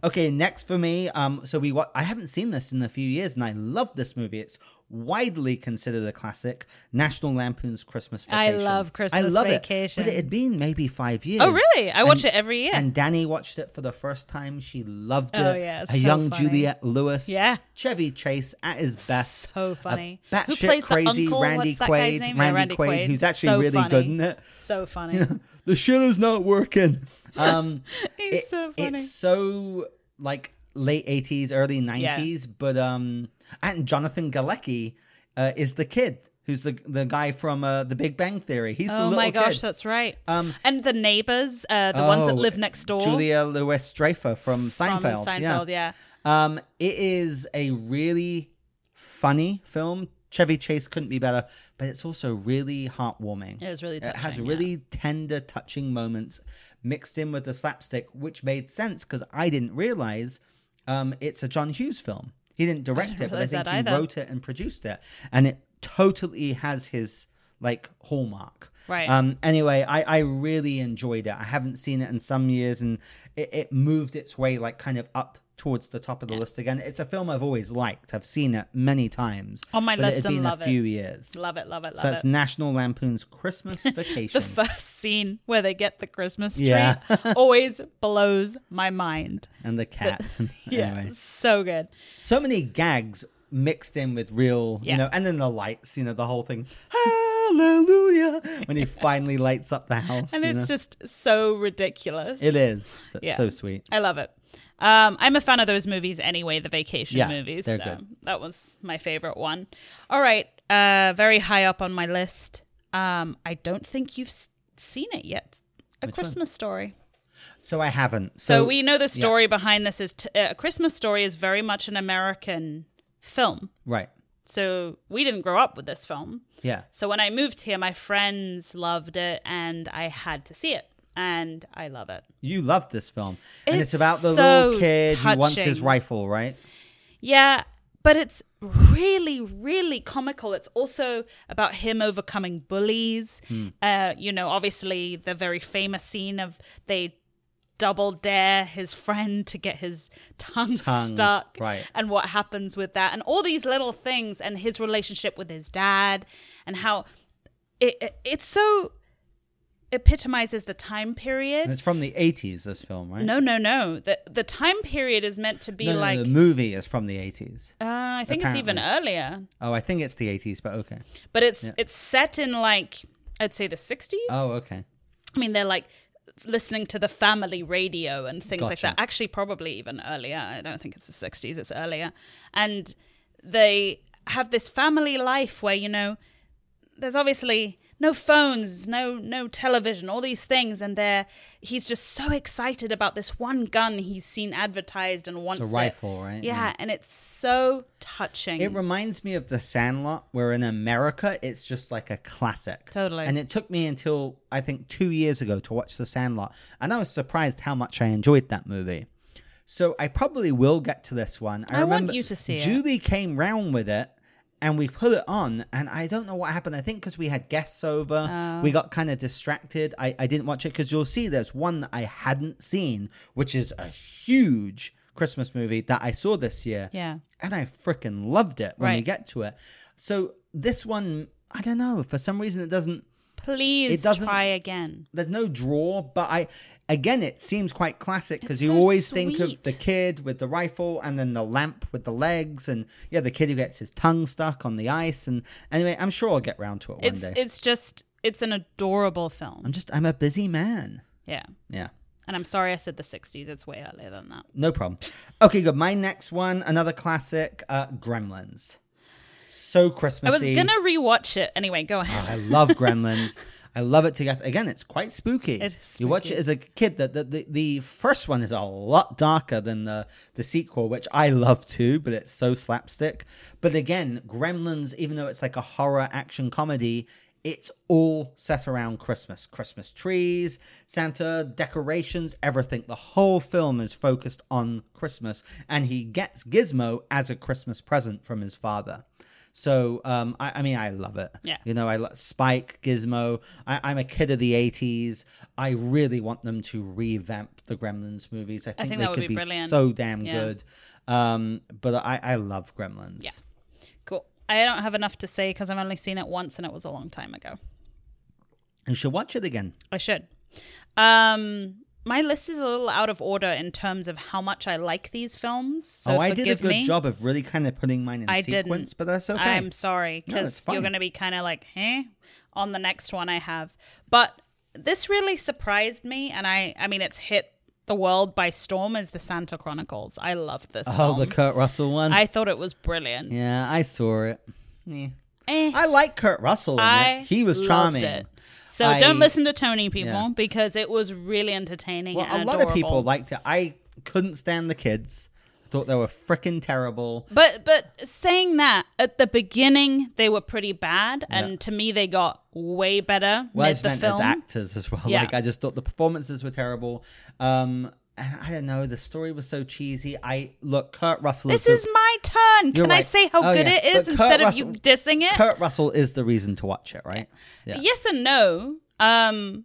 [SPEAKER 2] Okay, next for me. Um, so we wa- I haven't seen this in a few years, and I love this movie. It's widely considered a classic. National Lampoon's Christmas
[SPEAKER 3] I
[SPEAKER 2] Vacation.
[SPEAKER 3] love
[SPEAKER 2] I
[SPEAKER 3] Christmas
[SPEAKER 2] love
[SPEAKER 3] Vacation.
[SPEAKER 2] It, but it had been maybe five years.
[SPEAKER 3] oh, really? I watch
[SPEAKER 2] and-
[SPEAKER 3] it every year.
[SPEAKER 2] and Danny watched it for the first time. She loved it.
[SPEAKER 3] Oh, yeah, it's
[SPEAKER 2] a
[SPEAKER 3] so
[SPEAKER 2] young
[SPEAKER 3] funny.
[SPEAKER 2] Juliet Lewis.
[SPEAKER 3] Yeah.
[SPEAKER 2] Chevy Chase at his best.
[SPEAKER 3] So
[SPEAKER 2] A
[SPEAKER 3] funny. Who
[SPEAKER 2] batshit
[SPEAKER 3] plays the
[SPEAKER 2] crazy
[SPEAKER 3] uncle?
[SPEAKER 2] Randy
[SPEAKER 3] What's that
[SPEAKER 2] Quaid.
[SPEAKER 3] guy's name? Yeah,
[SPEAKER 2] Randy,
[SPEAKER 3] Randy
[SPEAKER 2] Quaid,
[SPEAKER 3] Quaid.
[SPEAKER 2] who's actually
[SPEAKER 3] So
[SPEAKER 2] really
[SPEAKER 3] funny.
[SPEAKER 2] good in it.
[SPEAKER 3] so funny.
[SPEAKER 2] [laughs] The shitter's not working. Um,
[SPEAKER 3] [laughs] He's
[SPEAKER 2] it-
[SPEAKER 3] so funny.
[SPEAKER 2] It's so like late eighties, early nineties. But um, and Jonathan Galecki uh, is the kid who's the the guy from uh, The Big Bang Theory. He's the
[SPEAKER 3] Oh
[SPEAKER 2] little
[SPEAKER 3] my gosh,
[SPEAKER 2] kid.
[SPEAKER 3] that's right.
[SPEAKER 2] Um,
[SPEAKER 3] and the neighbors, uh, the ones that
[SPEAKER 2] Oh,
[SPEAKER 3] live next door.
[SPEAKER 2] Julia Louis Dreyfus from
[SPEAKER 3] from
[SPEAKER 2] Seinfeld.
[SPEAKER 3] Seinfeld, yeah.
[SPEAKER 2] Um, it is a really funny film. Chevy Chase couldn't be better, but it's also really heartwarming.
[SPEAKER 3] It was really
[SPEAKER 2] It has
[SPEAKER 3] touching, yeah.
[SPEAKER 2] really tender, touching moments mixed in with the slapstick, which made sense because I didn't realize um, it's a John Hughes film. He didn't direct
[SPEAKER 3] didn't
[SPEAKER 2] it, but I
[SPEAKER 3] realize
[SPEAKER 2] think
[SPEAKER 3] that
[SPEAKER 2] he
[SPEAKER 3] either.
[SPEAKER 2] wrote it and produced it, and it totally has his like hallmark.
[SPEAKER 3] Right.
[SPEAKER 2] Um. Anyway, I I really enjoyed it. I haven't seen it in some years, and it, it moved its way like kind of up towards the top of the list again. It's a film I've always liked. I've seen it many times
[SPEAKER 3] On my
[SPEAKER 2] but
[SPEAKER 3] list
[SPEAKER 2] It's
[SPEAKER 3] and
[SPEAKER 2] been
[SPEAKER 3] love
[SPEAKER 2] a
[SPEAKER 3] it.
[SPEAKER 2] few years.
[SPEAKER 3] Love it, love it,
[SPEAKER 2] So
[SPEAKER 3] love
[SPEAKER 2] it's
[SPEAKER 3] it.
[SPEAKER 2] National Lampoon's
[SPEAKER 3] [laughs]
[SPEAKER 2] Christmas Vacation.
[SPEAKER 3] The first scene where they get the Christmas tree
[SPEAKER 2] Yeah.
[SPEAKER 3] [laughs] always blows my mind.
[SPEAKER 2] and the cat. [laughs]
[SPEAKER 3] Yeah,
[SPEAKER 2] anyway,
[SPEAKER 3] so good.
[SPEAKER 2] so many gags mixed in with real,
[SPEAKER 3] Yeah.
[SPEAKER 2] you know, and then the lights, you know, the whole thing. Hallelujah! When
[SPEAKER 3] [laughs]
[SPEAKER 2] he finally lights up the house,
[SPEAKER 3] And
[SPEAKER 2] you
[SPEAKER 3] it's
[SPEAKER 2] know?
[SPEAKER 3] just so ridiculous.
[SPEAKER 2] it is That's
[SPEAKER 3] Yeah.
[SPEAKER 2] so sweet.
[SPEAKER 3] I love it. Um, I'm a fan of those movies anyway, the vacation
[SPEAKER 2] Yeah,
[SPEAKER 3] movies.
[SPEAKER 2] they're
[SPEAKER 3] so
[SPEAKER 2] good.
[SPEAKER 3] That was my favorite one. All right, uh, very high up on my list. Um, I don't think you've s- seen it yet. A Christmas Story.
[SPEAKER 2] So I haven't.
[SPEAKER 3] So, we know the story behind this is t- uh, A Christmas Story is very much an American film.
[SPEAKER 2] right.
[SPEAKER 3] So we didn't grow up with this film.
[SPEAKER 2] Yeah.
[SPEAKER 3] So when I moved here, my friends loved it, and I had to see it, and I love it.
[SPEAKER 2] You love this film. and it's
[SPEAKER 3] It's
[SPEAKER 2] about the
[SPEAKER 3] so
[SPEAKER 2] little kid who wants his
[SPEAKER 3] touching.
[SPEAKER 2] rifle, right?
[SPEAKER 3] Yeah, but it's really, really comical. It's also about him overcoming bullies.
[SPEAKER 2] Hmm.
[SPEAKER 3] Uh, you know, obviously the very famous scene of they double dare his friend to get his tongue,
[SPEAKER 2] Tongue,
[SPEAKER 3] stuck
[SPEAKER 2] right.
[SPEAKER 3] and what happens with that and all these little things and his relationship with his dad and how it, it it's so epitomizes the time
[SPEAKER 2] And
[SPEAKER 3] period
[SPEAKER 2] it's from the 80s, this film, right?
[SPEAKER 3] no no no the the time period is meant to be
[SPEAKER 2] No, no, no,
[SPEAKER 3] like
[SPEAKER 2] the movie is from the 80s.
[SPEAKER 3] uh, I think it's even earlier,
[SPEAKER 2] Oh, I think it's the 80s, but okay.
[SPEAKER 3] but it's it's set in like I'd say the 60s.
[SPEAKER 2] Oh, okay.
[SPEAKER 3] I mean, they're like listening to the family radio and things like
[SPEAKER 2] Gotcha.
[SPEAKER 3] that. Actually, probably even earlier. I don't think it's the 60s, it's earlier. And they have this family life where, you know, there's obviously no phones, no no television, all these things and they're he's just so excited about this one gun he's seen advertised and wants it.
[SPEAKER 2] rifle, right?
[SPEAKER 3] Yeah,
[SPEAKER 2] Yeah.
[SPEAKER 3] and it's so touching.
[SPEAKER 2] It reminds me of The Sandlot, where in America it's just like a classic.
[SPEAKER 3] Totally.
[SPEAKER 2] And it took me until I think two years ago to watch The Sandlot, and I was surprised how much I enjoyed that movie. So I probably will get to this one. I,
[SPEAKER 3] I want
[SPEAKER 2] remember
[SPEAKER 3] you to see it.
[SPEAKER 2] Julie came round with it, and we put it on, and I don't know what happened. I think because we had guests over,
[SPEAKER 3] Oh.
[SPEAKER 2] we got kind of distracted. I, I didn't watch it because you'll see there's one that I hadn't seen, which is a huge Christmas movie that I saw this year
[SPEAKER 3] yeah.
[SPEAKER 2] and I freaking loved it when we
[SPEAKER 3] Right.
[SPEAKER 2] get to it. So this one, I don't know. For some reason, it doesn't.
[SPEAKER 3] Please
[SPEAKER 2] It doesn't-
[SPEAKER 3] try again.
[SPEAKER 2] There's no draw, but I again, it seems quite classic because
[SPEAKER 3] It's
[SPEAKER 2] you
[SPEAKER 3] so
[SPEAKER 2] always think of
[SPEAKER 3] sweet.
[SPEAKER 2] the kid with the rifle and then the lamp with the legs, and yeah, the kid who gets his tongue stuck on the ice. And anyway, I'm sure I'll get round to it one
[SPEAKER 3] It's
[SPEAKER 2] day.
[SPEAKER 3] it's just it's an adorable
[SPEAKER 2] I'm
[SPEAKER 3] film.
[SPEAKER 2] just, I'm a busy man.
[SPEAKER 3] Yeah.
[SPEAKER 2] Yeah.
[SPEAKER 3] And I'm sorry I said the 60s. It's way earlier than that.
[SPEAKER 2] No problem. Okay, good. My next one, another classic, uh, Gremlins. So
[SPEAKER 3] I was
[SPEAKER 2] Christmassy.
[SPEAKER 3] going to rewatch it. Anyway, go ahead. [laughs]
[SPEAKER 2] I love Gremlins. I love it to death. Again, it's quite spooky.
[SPEAKER 3] It is
[SPEAKER 2] You watch it
[SPEAKER 3] spooky.
[SPEAKER 2] as a kid. The, the, the, the first one is a lot darker than the, the sequel, which I love too, but it's so slapstick. But again, Gremlins, even though it's like a horror action comedy, it's all set around Christmas. Christmas trees, Santa, decorations, everything. The whole film is focused on Christmas, and he gets Gizmo as a Christmas present from his father. So, um, I, I mean, I love it.
[SPEAKER 3] Yeah.
[SPEAKER 2] You know, I love Spike, Gizmo. I, I'm a kid of the 80s. I really want them to revamp the Gremlins movies. I think,
[SPEAKER 3] think
[SPEAKER 2] they
[SPEAKER 3] that would
[SPEAKER 2] could
[SPEAKER 3] be
[SPEAKER 2] be,
[SPEAKER 3] brilliant.
[SPEAKER 2] so damn
[SPEAKER 3] Yeah.
[SPEAKER 2] good. Um, but I, I love Gremlins.
[SPEAKER 3] Yeah. Cool. I don't have enough to say because I've only seen it once and it was a long time ago.
[SPEAKER 2] You should watch it again.
[SPEAKER 3] I should. Um, my list is a little out of order in terms of how much I like these films. So
[SPEAKER 2] oh, I
[SPEAKER 3] forgive
[SPEAKER 2] did a good
[SPEAKER 3] me.
[SPEAKER 2] job of really kind of putting mine in
[SPEAKER 3] I
[SPEAKER 2] sequence,
[SPEAKER 3] didn't.
[SPEAKER 2] but that's okay.
[SPEAKER 3] I'm sorry
[SPEAKER 2] No, that's
[SPEAKER 3] because you're
[SPEAKER 2] fine.
[SPEAKER 3] going to be kind of like, eh, on the next one I have. But this really surprised me, and I, I mean, it's hit the world by storm. Is the Santa Chronicles? I loved this.
[SPEAKER 2] oh,
[SPEAKER 3] film.
[SPEAKER 2] the Kurt Russell one.
[SPEAKER 3] I thought it was brilliant.
[SPEAKER 2] yeah, I saw it. Yeah.
[SPEAKER 3] Eh.
[SPEAKER 2] I like Kurt Russell. In
[SPEAKER 3] I
[SPEAKER 2] it. He was
[SPEAKER 3] loved
[SPEAKER 2] charming.
[SPEAKER 3] it. So
[SPEAKER 2] I-
[SPEAKER 3] don't listen to Tony people
[SPEAKER 2] Yeah.
[SPEAKER 3] because it was really entertaining.
[SPEAKER 2] Well,
[SPEAKER 3] and
[SPEAKER 2] a lot
[SPEAKER 3] adorable.
[SPEAKER 2] of people liked it. I couldn't stand the kids. I thought they were freaking terrible.
[SPEAKER 3] But but saying that at the beginning they were pretty bad, and to me they got way better
[SPEAKER 2] Well, I
[SPEAKER 3] with
[SPEAKER 2] just
[SPEAKER 3] the
[SPEAKER 2] meant
[SPEAKER 3] film.
[SPEAKER 2] as actors as well.
[SPEAKER 3] Yeah.
[SPEAKER 2] Like I just thought the performances were terrible. Um, and I don't know. The story was so cheesy. I look, Kurt Russell.
[SPEAKER 3] this
[SPEAKER 2] the-
[SPEAKER 3] is my turn.
[SPEAKER 2] You're
[SPEAKER 3] Can I
[SPEAKER 2] right.
[SPEAKER 3] say how
[SPEAKER 2] Oh,
[SPEAKER 3] good
[SPEAKER 2] yeah.
[SPEAKER 3] it is
[SPEAKER 2] But
[SPEAKER 3] instead
[SPEAKER 2] Kurt
[SPEAKER 3] of you
[SPEAKER 2] Russell-
[SPEAKER 3] dissing it?
[SPEAKER 2] Kurt Russell is the reason to watch it, right? Yeah.
[SPEAKER 3] Yes and no. Um,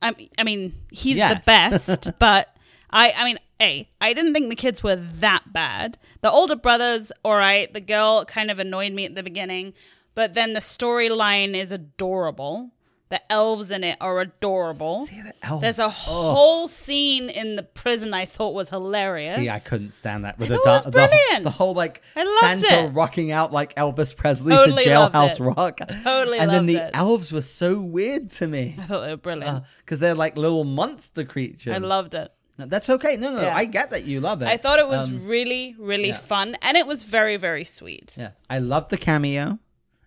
[SPEAKER 3] I, I mean he's the
[SPEAKER 2] Yes. [laughs]
[SPEAKER 3] best, but I I mean a I didn't think the kids were that bad. The older brothers, all right. The girl kind of annoyed me at the beginning, but then the storyline is adorable. The elves in it are adorable.
[SPEAKER 2] See, the elves-
[SPEAKER 3] There's a
[SPEAKER 2] Ugh.
[SPEAKER 3] whole scene in the prison I thought was hilarious.
[SPEAKER 2] See, I couldn't stand that with
[SPEAKER 3] I
[SPEAKER 2] the,
[SPEAKER 3] thought
[SPEAKER 2] da-
[SPEAKER 3] it was
[SPEAKER 2] the whole-
[SPEAKER 3] brilliant.
[SPEAKER 2] the whole like
[SPEAKER 3] I loved
[SPEAKER 2] Santa
[SPEAKER 3] it.
[SPEAKER 2] rocking out like Elvis Presley
[SPEAKER 3] Totally
[SPEAKER 2] to
[SPEAKER 3] loved
[SPEAKER 2] Jailhouse
[SPEAKER 3] it.
[SPEAKER 2] Rock.
[SPEAKER 3] Totally
[SPEAKER 2] and then
[SPEAKER 3] loved
[SPEAKER 2] the
[SPEAKER 3] it.
[SPEAKER 2] elves were so weird to me [laughs]
[SPEAKER 3] I thought they were brilliant.
[SPEAKER 2] because they're like little monster creatures.
[SPEAKER 3] I loved it.
[SPEAKER 2] No, that's okay. No, no,
[SPEAKER 3] Yeah.
[SPEAKER 2] I get that you love it.
[SPEAKER 3] I thought it was
[SPEAKER 2] Um,
[SPEAKER 3] really, really
[SPEAKER 2] yeah.
[SPEAKER 3] fun, and it was very, very sweet.
[SPEAKER 2] yeah, I loved the cameo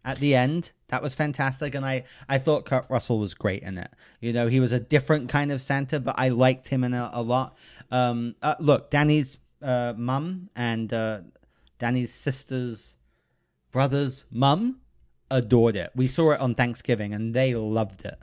[SPEAKER 2] at the end. That was fantastic, and I I thought Kurt Russell was great in it. You know, he was a different kind of Santa, but I liked him in a, a lot. Um, uh, look, Danny's uh, mum and uh, Danny's sister's brother's mum adored it. We saw it on Thanksgiving, and they loved it.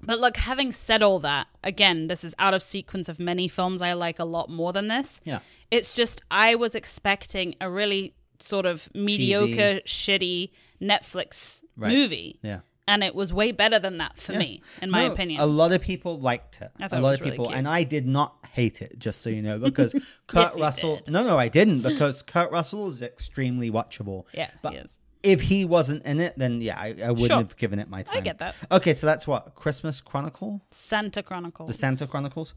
[SPEAKER 3] But look, having said all that, again, this is out of sequence of many films I like a lot more than this.
[SPEAKER 2] Yeah.
[SPEAKER 3] It's just I was expecting a really sort of mediocre, shitty Netflix
[SPEAKER 2] Right.
[SPEAKER 3] movie.
[SPEAKER 2] Yeah.
[SPEAKER 3] And it was way better than that for
[SPEAKER 2] Yeah.
[SPEAKER 3] me, in my
[SPEAKER 2] No,
[SPEAKER 3] opinion.
[SPEAKER 2] A lot of people liked it.
[SPEAKER 3] I
[SPEAKER 2] A
[SPEAKER 3] thought it
[SPEAKER 2] lot
[SPEAKER 3] was
[SPEAKER 2] of
[SPEAKER 3] really
[SPEAKER 2] people,
[SPEAKER 3] cute.
[SPEAKER 2] and I did not hate it. Just so you
[SPEAKER 3] [laughs]
[SPEAKER 2] know, because Kurt
[SPEAKER 3] you
[SPEAKER 2] Russell.
[SPEAKER 3] did.
[SPEAKER 2] No, no, I didn't because Kurt Russell is extremely watchable.
[SPEAKER 3] [laughs] Yeah,
[SPEAKER 2] but
[SPEAKER 3] he is.
[SPEAKER 2] if he wasn't in it, then yeah, I, I wouldn't
[SPEAKER 3] Sure.
[SPEAKER 2] have given it my time.
[SPEAKER 3] get that.
[SPEAKER 2] Okay, so that's what Christmas Chronicle.
[SPEAKER 3] Santa Chronicles.
[SPEAKER 2] The Santa Chronicles.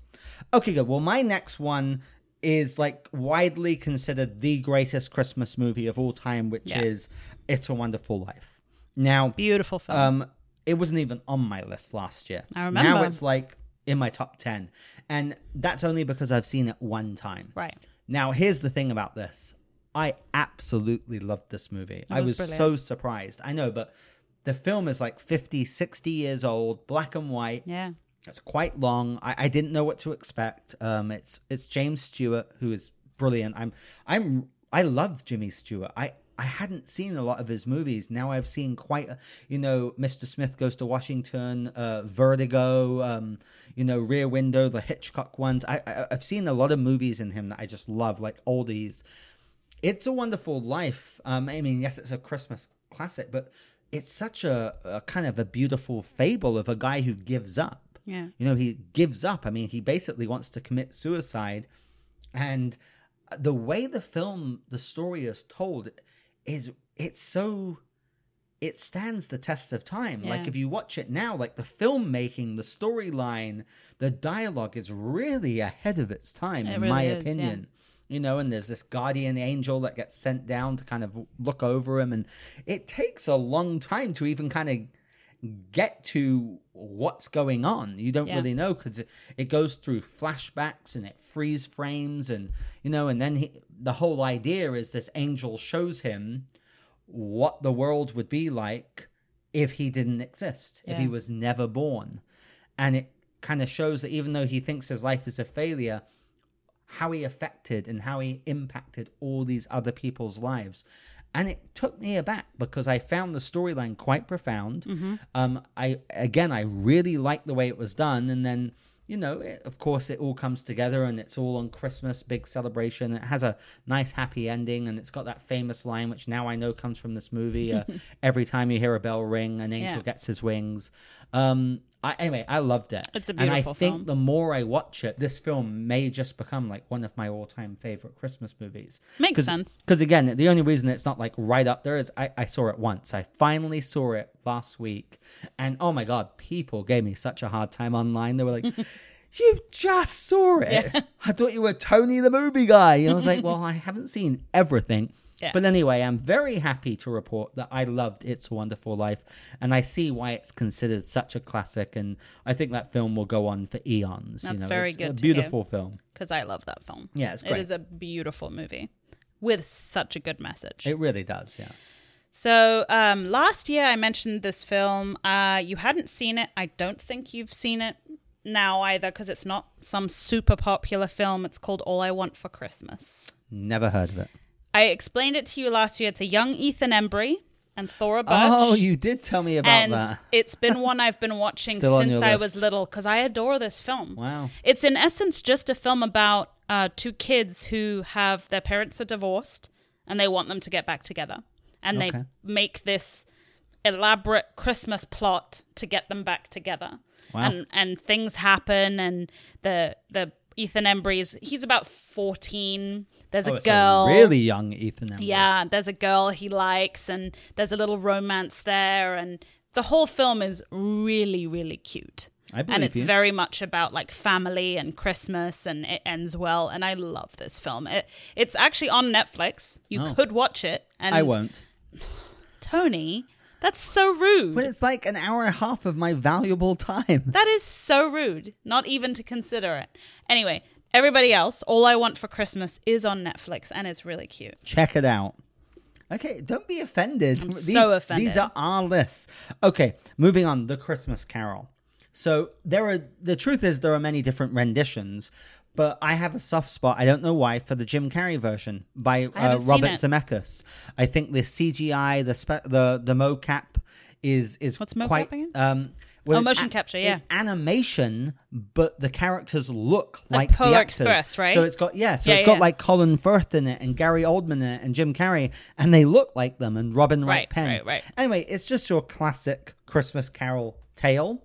[SPEAKER 2] Okay, good. Well, my next one is like widely considered the greatest Christmas movie of all time, which
[SPEAKER 3] Yeah.
[SPEAKER 2] is It's a Wonderful Life. Now,
[SPEAKER 3] Beautiful film.
[SPEAKER 2] um, it wasn't even on my list last year.
[SPEAKER 3] I remember.
[SPEAKER 2] Now it's like in my top 10. And that's only because I've seen it one time.
[SPEAKER 3] right.
[SPEAKER 2] Now, here's the thing about this I absolutely loved this movie. I
[SPEAKER 3] was
[SPEAKER 2] was
[SPEAKER 3] brilliant.
[SPEAKER 2] so surprised. I know, but the film is like 50, 60 years old, black and white.
[SPEAKER 3] Yeah.
[SPEAKER 2] It's quite long. I, I didn't know what to expect. Um, it's it's James Stewart who is brilliant. I'm I'm I love Jimmy Stewart. I I hadn't seen a lot of his movies. Now I've seen quite, a, you know, Mr. Smith Goes to Washington, uh, Vertigo, um, you know, Rear Window, the Hitchcock ones. I, I I've seen a lot of movies in him that I just love, like oldies. It's a Wonderful Life. Um, I mean, yes, it's a Christmas classic, but it's such a, a kind of a beautiful fable of a guy who gives up.
[SPEAKER 3] Yeah.
[SPEAKER 2] You know, he gives up. I mean, he basically wants to commit suicide. And the way the film, the story is told, is it's so it stands the test of time.
[SPEAKER 3] Yeah.
[SPEAKER 2] Like if you watch it now, like the filmmaking, the storyline, the dialogue is really ahead of its time,
[SPEAKER 3] It
[SPEAKER 2] in
[SPEAKER 3] really
[SPEAKER 2] my
[SPEAKER 3] is, yeah.
[SPEAKER 2] opinion. You know, and there's this guardian angel that gets sent down to kind of look over him, and it takes a long time to even kind of get to what's going on. You don't
[SPEAKER 3] Yeah.
[SPEAKER 2] really know because it, it goes through flashbacks and it freeze frames, and you know, and then he, the whole idea is this angel shows him what the world would be like if he didn't exist, if
[SPEAKER 3] Yeah.
[SPEAKER 2] he was never born. And it kind of shows that even though he thinks his life is a failure, how he affected and how he impacted all these other people's lives. And it took me aback because I found the storyline quite profound.
[SPEAKER 3] Mm-hmm.
[SPEAKER 2] Um, I again, I really liked the way it was done, and then you know, it, of course, it all comes together, and it's all on Christmas, big celebration. It has a nice happy ending, and it's got that famous line, which now I know comes from this movie.
[SPEAKER 3] [laughs]
[SPEAKER 2] Uh, Every time you hear a bell ring, an angel
[SPEAKER 3] Yeah.
[SPEAKER 2] gets his wings. Um, I, anyway, I loved it.
[SPEAKER 3] It's a
[SPEAKER 2] And I
[SPEAKER 3] beautiful
[SPEAKER 2] think
[SPEAKER 3] film.
[SPEAKER 2] the more I watch it, this film may just become like one of my all-time favorite Christmas movies.
[SPEAKER 3] Makes
[SPEAKER 2] Cause,
[SPEAKER 3] sense.
[SPEAKER 2] Because again, the only reason it's not like right up there is I, I saw it once. I finally saw it last week, and oh my god, people gave me such a hard time online. They were
[SPEAKER 3] [laughs]
[SPEAKER 2] like. You just saw it. I thought you were Tony the movie guy. And I was
[SPEAKER 3] [laughs]
[SPEAKER 2] like, well, I haven't seen everything.
[SPEAKER 3] Yeah.
[SPEAKER 2] But anyway, I'm very happy to report that I loved It's a Wonderful Life, and I see why it's considered such a classic. And I think that film will go on for eons. you
[SPEAKER 3] That's
[SPEAKER 2] know,
[SPEAKER 3] very
[SPEAKER 2] it's A
[SPEAKER 3] good to hear.
[SPEAKER 2] beautiful film.
[SPEAKER 3] because I love that film.
[SPEAKER 2] Yeah, it's
[SPEAKER 3] It
[SPEAKER 2] great.
[SPEAKER 3] is a beautiful movie with such a good message.
[SPEAKER 2] It really does. Yeah.
[SPEAKER 3] so um, last year I mentioned this film. Uh, you hadn't seen it. I don't think you've seen it now either because it's not some super popular film. It's called All I Want for Christmas.
[SPEAKER 2] Never heard of it.
[SPEAKER 3] I explained it to you last year. It's a young Ethan Embry and Thora Birch.
[SPEAKER 2] Oh, you did tell me about
[SPEAKER 3] and
[SPEAKER 2] that.
[SPEAKER 3] it's been one I've been watching
[SPEAKER 2] [laughs] Still on
[SPEAKER 3] since
[SPEAKER 2] your
[SPEAKER 3] I
[SPEAKER 2] list.
[SPEAKER 3] was little because I adore this film.
[SPEAKER 2] Wow.
[SPEAKER 3] It's in essence just a film about uh, two kids who have their parents are divorced and they want them to get back together. And
[SPEAKER 2] Okay.
[SPEAKER 3] they make this elaborate Christmas plot to get them back together.
[SPEAKER 2] Wow.
[SPEAKER 3] And and things happen and the the Ethan Embry's he's about 14. There's
[SPEAKER 2] Oh,
[SPEAKER 3] a
[SPEAKER 2] it's
[SPEAKER 3] girl.
[SPEAKER 2] really young Ethan. Embry.
[SPEAKER 3] Yeah, there's a girl he likes, and there's a little romance there, and the whole film is really, really cute.
[SPEAKER 2] I believe
[SPEAKER 3] and it's
[SPEAKER 2] you.
[SPEAKER 3] very much about like family and Christmas, and it ends well. And I love this film. It, it's actually on Netflix. You
[SPEAKER 2] Oh.
[SPEAKER 3] could watch it. And
[SPEAKER 2] I won't.
[SPEAKER 3] Tony, that's so rude.
[SPEAKER 2] But it's like an hour and a half of my valuable time.
[SPEAKER 3] That is so rude. Not even to consider it. Anyway, everybody else, all I want for Christmas is on Netflix, and it's really cute.
[SPEAKER 2] Check it out. Okay, don't be offended.
[SPEAKER 3] I'm so offended.
[SPEAKER 2] These are our lists. Okay, moving on. The Christmas Carol. So there are. The truth is, there are many different renditions, but I have a soft spot. I don't know why for the Jim Carrey version by uh,
[SPEAKER 3] haven't seen
[SPEAKER 2] Robert
[SPEAKER 3] it.
[SPEAKER 2] Zemeckis. I think the CGI, the spe- the the mocap is is
[SPEAKER 3] What's mocap
[SPEAKER 2] quite,
[SPEAKER 3] again?
[SPEAKER 2] Um, well,
[SPEAKER 3] Oh,
[SPEAKER 2] it's
[SPEAKER 3] motion capture, yeah.
[SPEAKER 2] it's animation, but the characters look
[SPEAKER 3] Like
[SPEAKER 2] like, the
[SPEAKER 3] Polar
[SPEAKER 2] actors.
[SPEAKER 3] Express, right?
[SPEAKER 2] So it's got yeah, so
[SPEAKER 3] Yeah,
[SPEAKER 2] it's got
[SPEAKER 3] yeah.
[SPEAKER 2] like Colin Firth in it and Gary Oldman in it and Jim Carrey, and they look like them and Robin Wright
[SPEAKER 3] Right,
[SPEAKER 2] Penn.
[SPEAKER 3] right, right.
[SPEAKER 2] Anyway, it's just your classic Christmas Carol tale.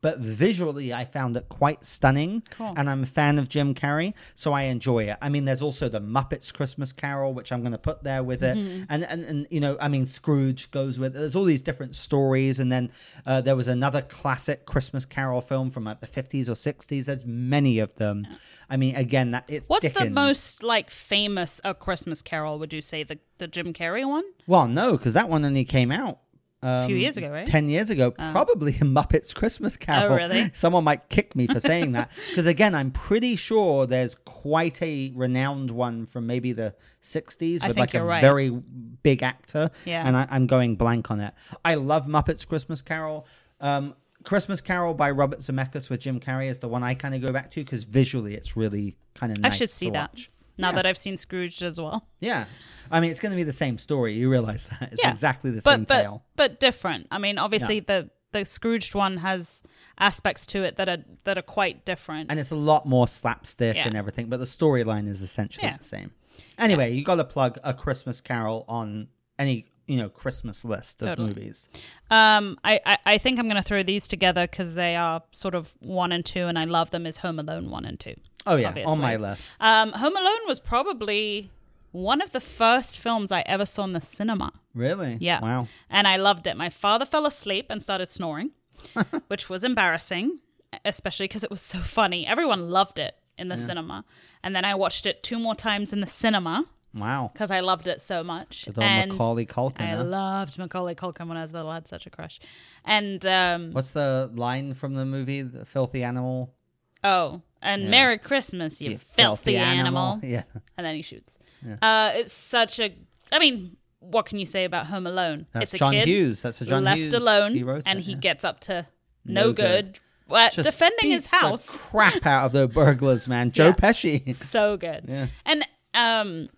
[SPEAKER 2] But visually, I found it quite stunning,
[SPEAKER 3] Cool.
[SPEAKER 2] and I'm a fan of Jim Carrey, so I enjoy it. I mean, there's also the Muppets Christmas Carol, which I'm going to put there with it,
[SPEAKER 3] Mm-hmm.
[SPEAKER 2] and, and and you know, I mean, Scrooge goes with. There's all these different stories, and then uh, there was another classic Christmas Carol film from like the 50s or 60s. There's many of them. I mean, again, that it's
[SPEAKER 3] What's the
[SPEAKER 2] Dickens.
[SPEAKER 3] most like famous A Christmas Carol? Would you say the the Jim Carrey one?
[SPEAKER 2] Well, no, because that one only came out
[SPEAKER 3] A few
[SPEAKER 2] um,
[SPEAKER 3] years ago, eh? right?
[SPEAKER 2] 10 years ago, probably in Muppets Christmas Carol.
[SPEAKER 3] Oh. really?
[SPEAKER 2] [laughs] Someone might kick me for saying that. Because again, I'm pretty sure there's quite a renowned one from maybe the 60s
[SPEAKER 3] I
[SPEAKER 2] with
[SPEAKER 3] think
[SPEAKER 2] like a
[SPEAKER 3] you're right.
[SPEAKER 2] very big actor.
[SPEAKER 3] Yeah.
[SPEAKER 2] And I, I'm going blank on it. I love Muppets Christmas Carol. Um, Christmas Carol by Robert Zemeckis with Jim Carrey is the one I kind of go back to because visually it's really kind of nice.
[SPEAKER 3] I should
[SPEAKER 2] to
[SPEAKER 3] see that
[SPEAKER 2] watch.
[SPEAKER 3] now that I've seen Scrooge as well.
[SPEAKER 2] Yeah. I mean, it's going to be the same story. You realize that. It's
[SPEAKER 3] Yeah.
[SPEAKER 2] exactly the same
[SPEAKER 3] But but
[SPEAKER 2] tale.
[SPEAKER 3] but different. I mean, obviously the the Scrooged one has aspects to it that are that are quite different.
[SPEAKER 2] and it's a lot more slapstick
[SPEAKER 3] Yeah.
[SPEAKER 2] and everything, but the storyline is essentially
[SPEAKER 3] Yeah.
[SPEAKER 2] the same. Anyway, you got to plug a Christmas Carol on any you know Christmas list of
[SPEAKER 3] Totally.
[SPEAKER 2] movies.
[SPEAKER 3] Um, I, I, I think I'm going to throw these together because they are sort of one and two, and I love them. Is Home Alone one and two?
[SPEAKER 2] Oh yeah,
[SPEAKER 3] obviously.
[SPEAKER 2] on my list.
[SPEAKER 3] Um, Home Alone was probably one of the first films I ever saw in the cinema.
[SPEAKER 2] Really?
[SPEAKER 3] Yeah.
[SPEAKER 2] Wow.
[SPEAKER 3] And I loved it. My father fell asleep and started
[SPEAKER 2] [laughs]
[SPEAKER 3] snoring, which was embarrassing, especially because it was so funny. Everyone loved it in the cinema. And then I watched it two more times in the cinema
[SPEAKER 2] Wow.
[SPEAKER 3] because I loved it so much.
[SPEAKER 2] Good old
[SPEAKER 3] And
[SPEAKER 2] Macaulay Culkin.
[SPEAKER 3] I
[SPEAKER 2] huh?
[SPEAKER 3] loved Macaulay Culkin when I was little. I had such a crush. And um,
[SPEAKER 2] What's the line from the movie? The filthy animal.
[SPEAKER 3] oh, and Merry Christmas, you, filthy, animal.
[SPEAKER 2] [laughs] Yeah.
[SPEAKER 3] and then he shoots. Uh, it's such a. I mean, what can you say about Home Alone?
[SPEAKER 2] That's
[SPEAKER 3] it's a
[SPEAKER 2] John
[SPEAKER 3] kid
[SPEAKER 2] Hughes. That's a John
[SPEAKER 3] left
[SPEAKER 2] Hughes.
[SPEAKER 3] alone,
[SPEAKER 2] He wrote
[SPEAKER 3] and
[SPEAKER 2] it,
[SPEAKER 3] he
[SPEAKER 2] yeah.
[SPEAKER 3] gets up to no,
[SPEAKER 2] No good.
[SPEAKER 3] good. Well,
[SPEAKER 2] Just
[SPEAKER 3] defending his
[SPEAKER 2] beats the
[SPEAKER 3] house.
[SPEAKER 2] crap out of the burglars,
[SPEAKER 3] [laughs]
[SPEAKER 2] man. Joe
[SPEAKER 3] Yeah.
[SPEAKER 2] Pesci.
[SPEAKER 3] so good.
[SPEAKER 2] Yeah.
[SPEAKER 3] And um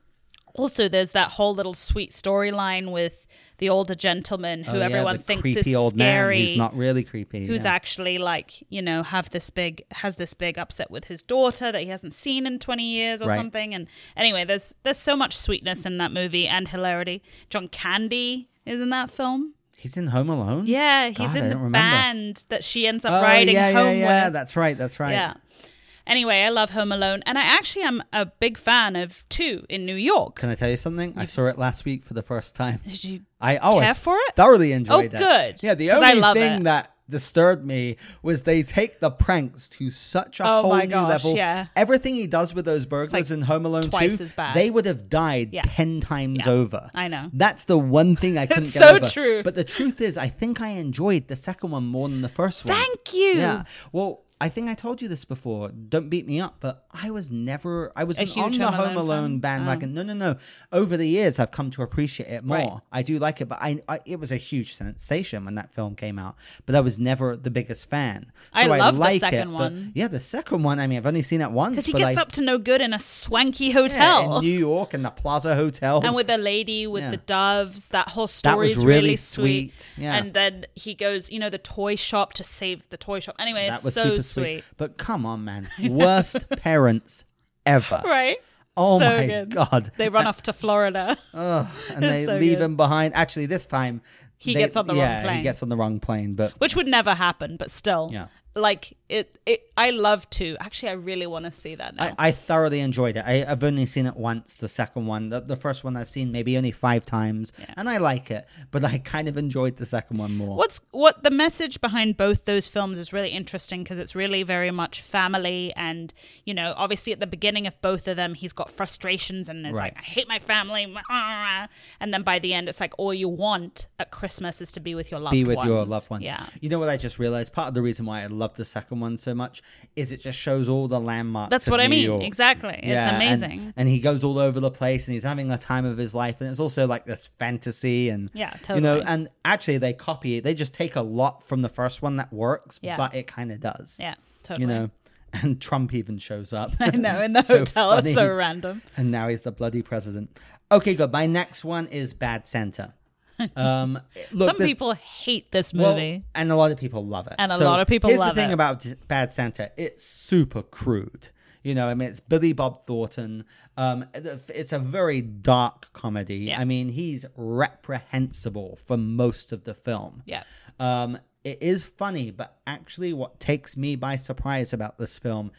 [SPEAKER 3] also there's that whole little sweet storyline with the older gentleman who
[SPEAKER 2] Oh, yeah,
[SPEAKER 3] everyone
[SPEAKER 2] the
[SPEAKER 3] thinks
[SPEAKER 2] creepy
[SPEAKER 3] is
[SPEAKER 2] old
[SPEAKER 3] scary.
[SPEAKER 2] man who's not really creepy.
[SPEAKER 3] who's
[SPEAKER 2] yeah.
[SPEAKER 3] actually like, you know, have this big has this big upset with his daughter that he hasn't seen in 20 years or
[SPEAKER 2] Right.
[SPEAKER 3] something and anyway, there's there's so much sweetness in that movie and hilarity. John Candy is in that film.
[SPEAKER 2] He's in Home Alone.
[SPEAKER 3] Yeah, he's
[SPEAKER 2] God, I
[SPEAKER 3] in the
[SPEAKER 2] don't remember.
[SPEAKER 3] band that she ends up
[SPEAKER 2] Oh,
[SPEAKER 3] riding
[SPEAKER 2] yeah,
[SPEAKER 3] home
[SPEAKER 2] yeah, yeah.
[SPEAKER 3] with.
[SPEAKER 2] That's right. That's right.
[SPEAKER 3] Yeah. Anyway, I love Home Alone, and I actually am a big fan of Two in New York.
[SPEAKER 2] Can I tell you something? I saw it last week for the first
[SPEAKER 3] [laughs]
[SPEAKER 2] time.
[SPEAKER 3] Did you
[SPEAKER 2] I oh, I
[SPEAKER 3] care for it?
[SPEAKER 2] Thoroughly enjoyed that.
[SPEAKER 3] Oh, good.
[SPEAKER 2] Yeah, the
[SPEAKER 3] 'Cause I
[SPEAKER 2] only
[SPEAKER 3] love
[SPEAKER 2] thing
[SPEAKER 3] it.
[SPEAKER 2] that disturbed me was they take the pranks to such a
[SPEAKER 3] Oh
[SPEAKER 2] whole
[SPEAKER 3] my
[SPEAKER 2] new
[SPEAKER 3] gosh,
[SPEAKER 2] level.
[SPEAKER 3] yeah.
[SPEAKER 2] Everything he does with those burglars
[SPEAKER 3] like
[SPEAKER 2] in Home Alone
[SPEAKER 3] twice
[SPEAKER 2] 2,
[SPEAKER 3] as bad.
[SPEAKER 2] they would have died
[SPEAKER 3] Yeah.
[SPEAKER 2] 10 times over.
[SPEAKER 3] I know.
[SPEAKER 2] That's the one thing
[SPEAKER 3] [laughs]
[SPEAKER 2] I couldn't
[SPEAKER 3] It's
[SPEAKER 2] get
[SPEAKER 3] so
[SPEAKER 2] over.
[SPEAKER 3] true.
[SPEAKER 2] But the truth is I think I enjoyed the second one more than the first one.
[SPEAKER 3] Thank you.
[SPEAKER 2] Yeah. Well, I think I told you this before. Don't beat me up, but I was never I was
[SPEAKER 3] A
[SPEAKER 2] an on
[SPEAKER 3] huge
[SPEAKER 2] the
[SPEAKER 3] Home
[SPEAKER 2] Home
[SPEAKER 3] Alone
[SPEAKER 2] Alone
[SPEAKER 3] fan?
[SPEAKER 2] bandwagon. No, no, no. Over the years, I've come to appreciate it more.
[SPEAKER 3] Oh. Right.
[SPEAKER 2] I do like it, but I, I it was a huge sensation when that film came out. But I was never the biggest fan.
[SPEAKER 3] I love the second
[SPEAKER 2] but-
[SPEAKER 3] one.
[SPEAKER 2] yeah, the second one. I mean, I've only seen it once.
[SPEAKER 3] Because he
[SPEAKER 2] but
[SPEAKER 3] gets
[SPEAKER 2] I-
[SPEAKER 3] up to no good in a swanky
[SPEAKER 2] yeah, in
[SPEAKER 3] hotel.
[SPEAKER 2] New York in the Plaza Hotel.
[SPEAKER 3] [laughs] and with the lady with
[SPEAKER 2] Yeah.
[SPEAKER 3] the doves, that whole
[SPEAKER 2] That
[SPEAKER 3] story
[SPEAKER 2] was
[SPEAKER 3] is
[SPEAKER 2] really
[SPEAKER 3] really sweet.
[SPEAKER 2] sweet, yeah.
[SPEAKER 3] And then he goes, you know, the toy shop to save the toy shop. Anyway,
[SPEAKER 2] that
[SPEAKER 3] it's
[SPEAKER 2] was
[SPEAKER 3] so
[SPEAKER 2] super
[SPEAKER 3] sweet.
[SPEAKER 2] But come on,
[SPEAKER 3] [laughs]
[SPEAKER 2] man, worst parents ever.
[SPEAKER 3] Right?
[SPEAKER 2] Oh
[SPEAKER 3] so
[SPEAKER 2] my
[SPEAKER 3] good. [laughs]
[SPEAKER 2] god,
[SPEAKER 3] They run off to Florida. [laughs]
[SPEAKER 2] Ugh, and they
[SPEAKER 3] so
[SPEAKER 2] leave
[SPEAKER 3] good.
[SPEAKER 2] him behind. Actually, this time
[SPEAKER 3] He
[SPEAKER 2] they-
[SPEAKER 3] gets on the wrong
[SPEAKER 2] yeah, He
[SPEAKER 3] plane.
[SPEAKER 2] gets on the wrong plane, but
[SPEAKER 3] which would never happen, but still.
[SPEAKER 2] Yeah.
[SPEAKER 3] Like it, it I love to. Actually, I really want to see that now.
[SPEAKER 2] I, I thoroughly enjoyed it. I, I've only seen it once, the second one. The, the first one I've seen maybe only five times, and I like it, but I kind of enjoyed the second one more.
[SPEAKER 3] What's what the message behind both those films is really interesting because it's really very much family and you know obviously at the beginning of both of them he's got frustrations and it's
[SPEAKER 2] Right.
[SPEAKER 3] like I hate my family and then by the end it's like all you want at Christmas is to be with your loved
[SPEAKER 2] Be with
[SPEAKER 3] ones.
[SPEAKER 2] your loved ones.
[SPEAKER 3] Yeah.
[SPEAKER 2] You know what I just realized? Part of the reason why I love the second one so much is it just shows all the landmarks.
[SPEAKER 3] That's
[SPEAKER 2] of
[SPEAKER 3] what I
[SPEAKER 2] New
[SPEAKER 3] mean.
[SPEAKER 2] York.
[SPEAKER 3] Exactly.
[SPEAKER 2] Yeah,
[SPEAKER 3] it's
[SPEAKER 2] and-
[SPEAKER 3] amazing.
[SPEAKER 2] And, he goes all over the place and he's having the time of his life. And it's also like this fantasy and
[SPEAKER 3] Yeah,
[SPEAKER 2] you know,
[SPEAKER 3] totally.
[SPEAKER 2] and actually they copy they just take a lot from the first one that works,
[SPEAKER 3] Yeah.
[SPEAKER 2] but it kinda does.
[SPEAKER 3] yeah, totally.
[SPEAKER 2] You know. [laughs] And Trump even shows up.
[SPEAKER 3] [laughs] I know
[SPEAKER 2] [laughs]
[SPEAKER 3] in the
[SPEAKER 2] So
[SPEAKER 3] hotel it's so
[SPEAKER 2] funny.
[SPEAKER 3] random.
[SPEAKER 2] [laughs] And now he's the bloody president. Okay, good. My next one is Bad
[SPEAKER 3] [laughs]
[SPEAKER 2] Santa. Um look,
[SPEAKER 3] Some
[SPEAKER 2] this-
[SPEAKER 3] people hate this
[SPEAKER 2] well,
[SPEAKER 3] movie.
[SPEAKER 2] and a lot of people love it.
[SPEAKER 3] And a lot of people
[SPEAKER 2] here's
[SPEAKER 3] love
[SPEAKER 2] the thing
[SPEAKER 3] it.
[SPEAKER 2] about D- Bad Santa. It's super crude. You know, I mean, it's Billy Bob Thornton. Um, it's a very dark comedy. I mean, he's reprehensible for most of the film.
[SPEAKER 3] Yeah.
[SPEAKER 2] Um, it is funny, but actually, what takes me by surprise about this film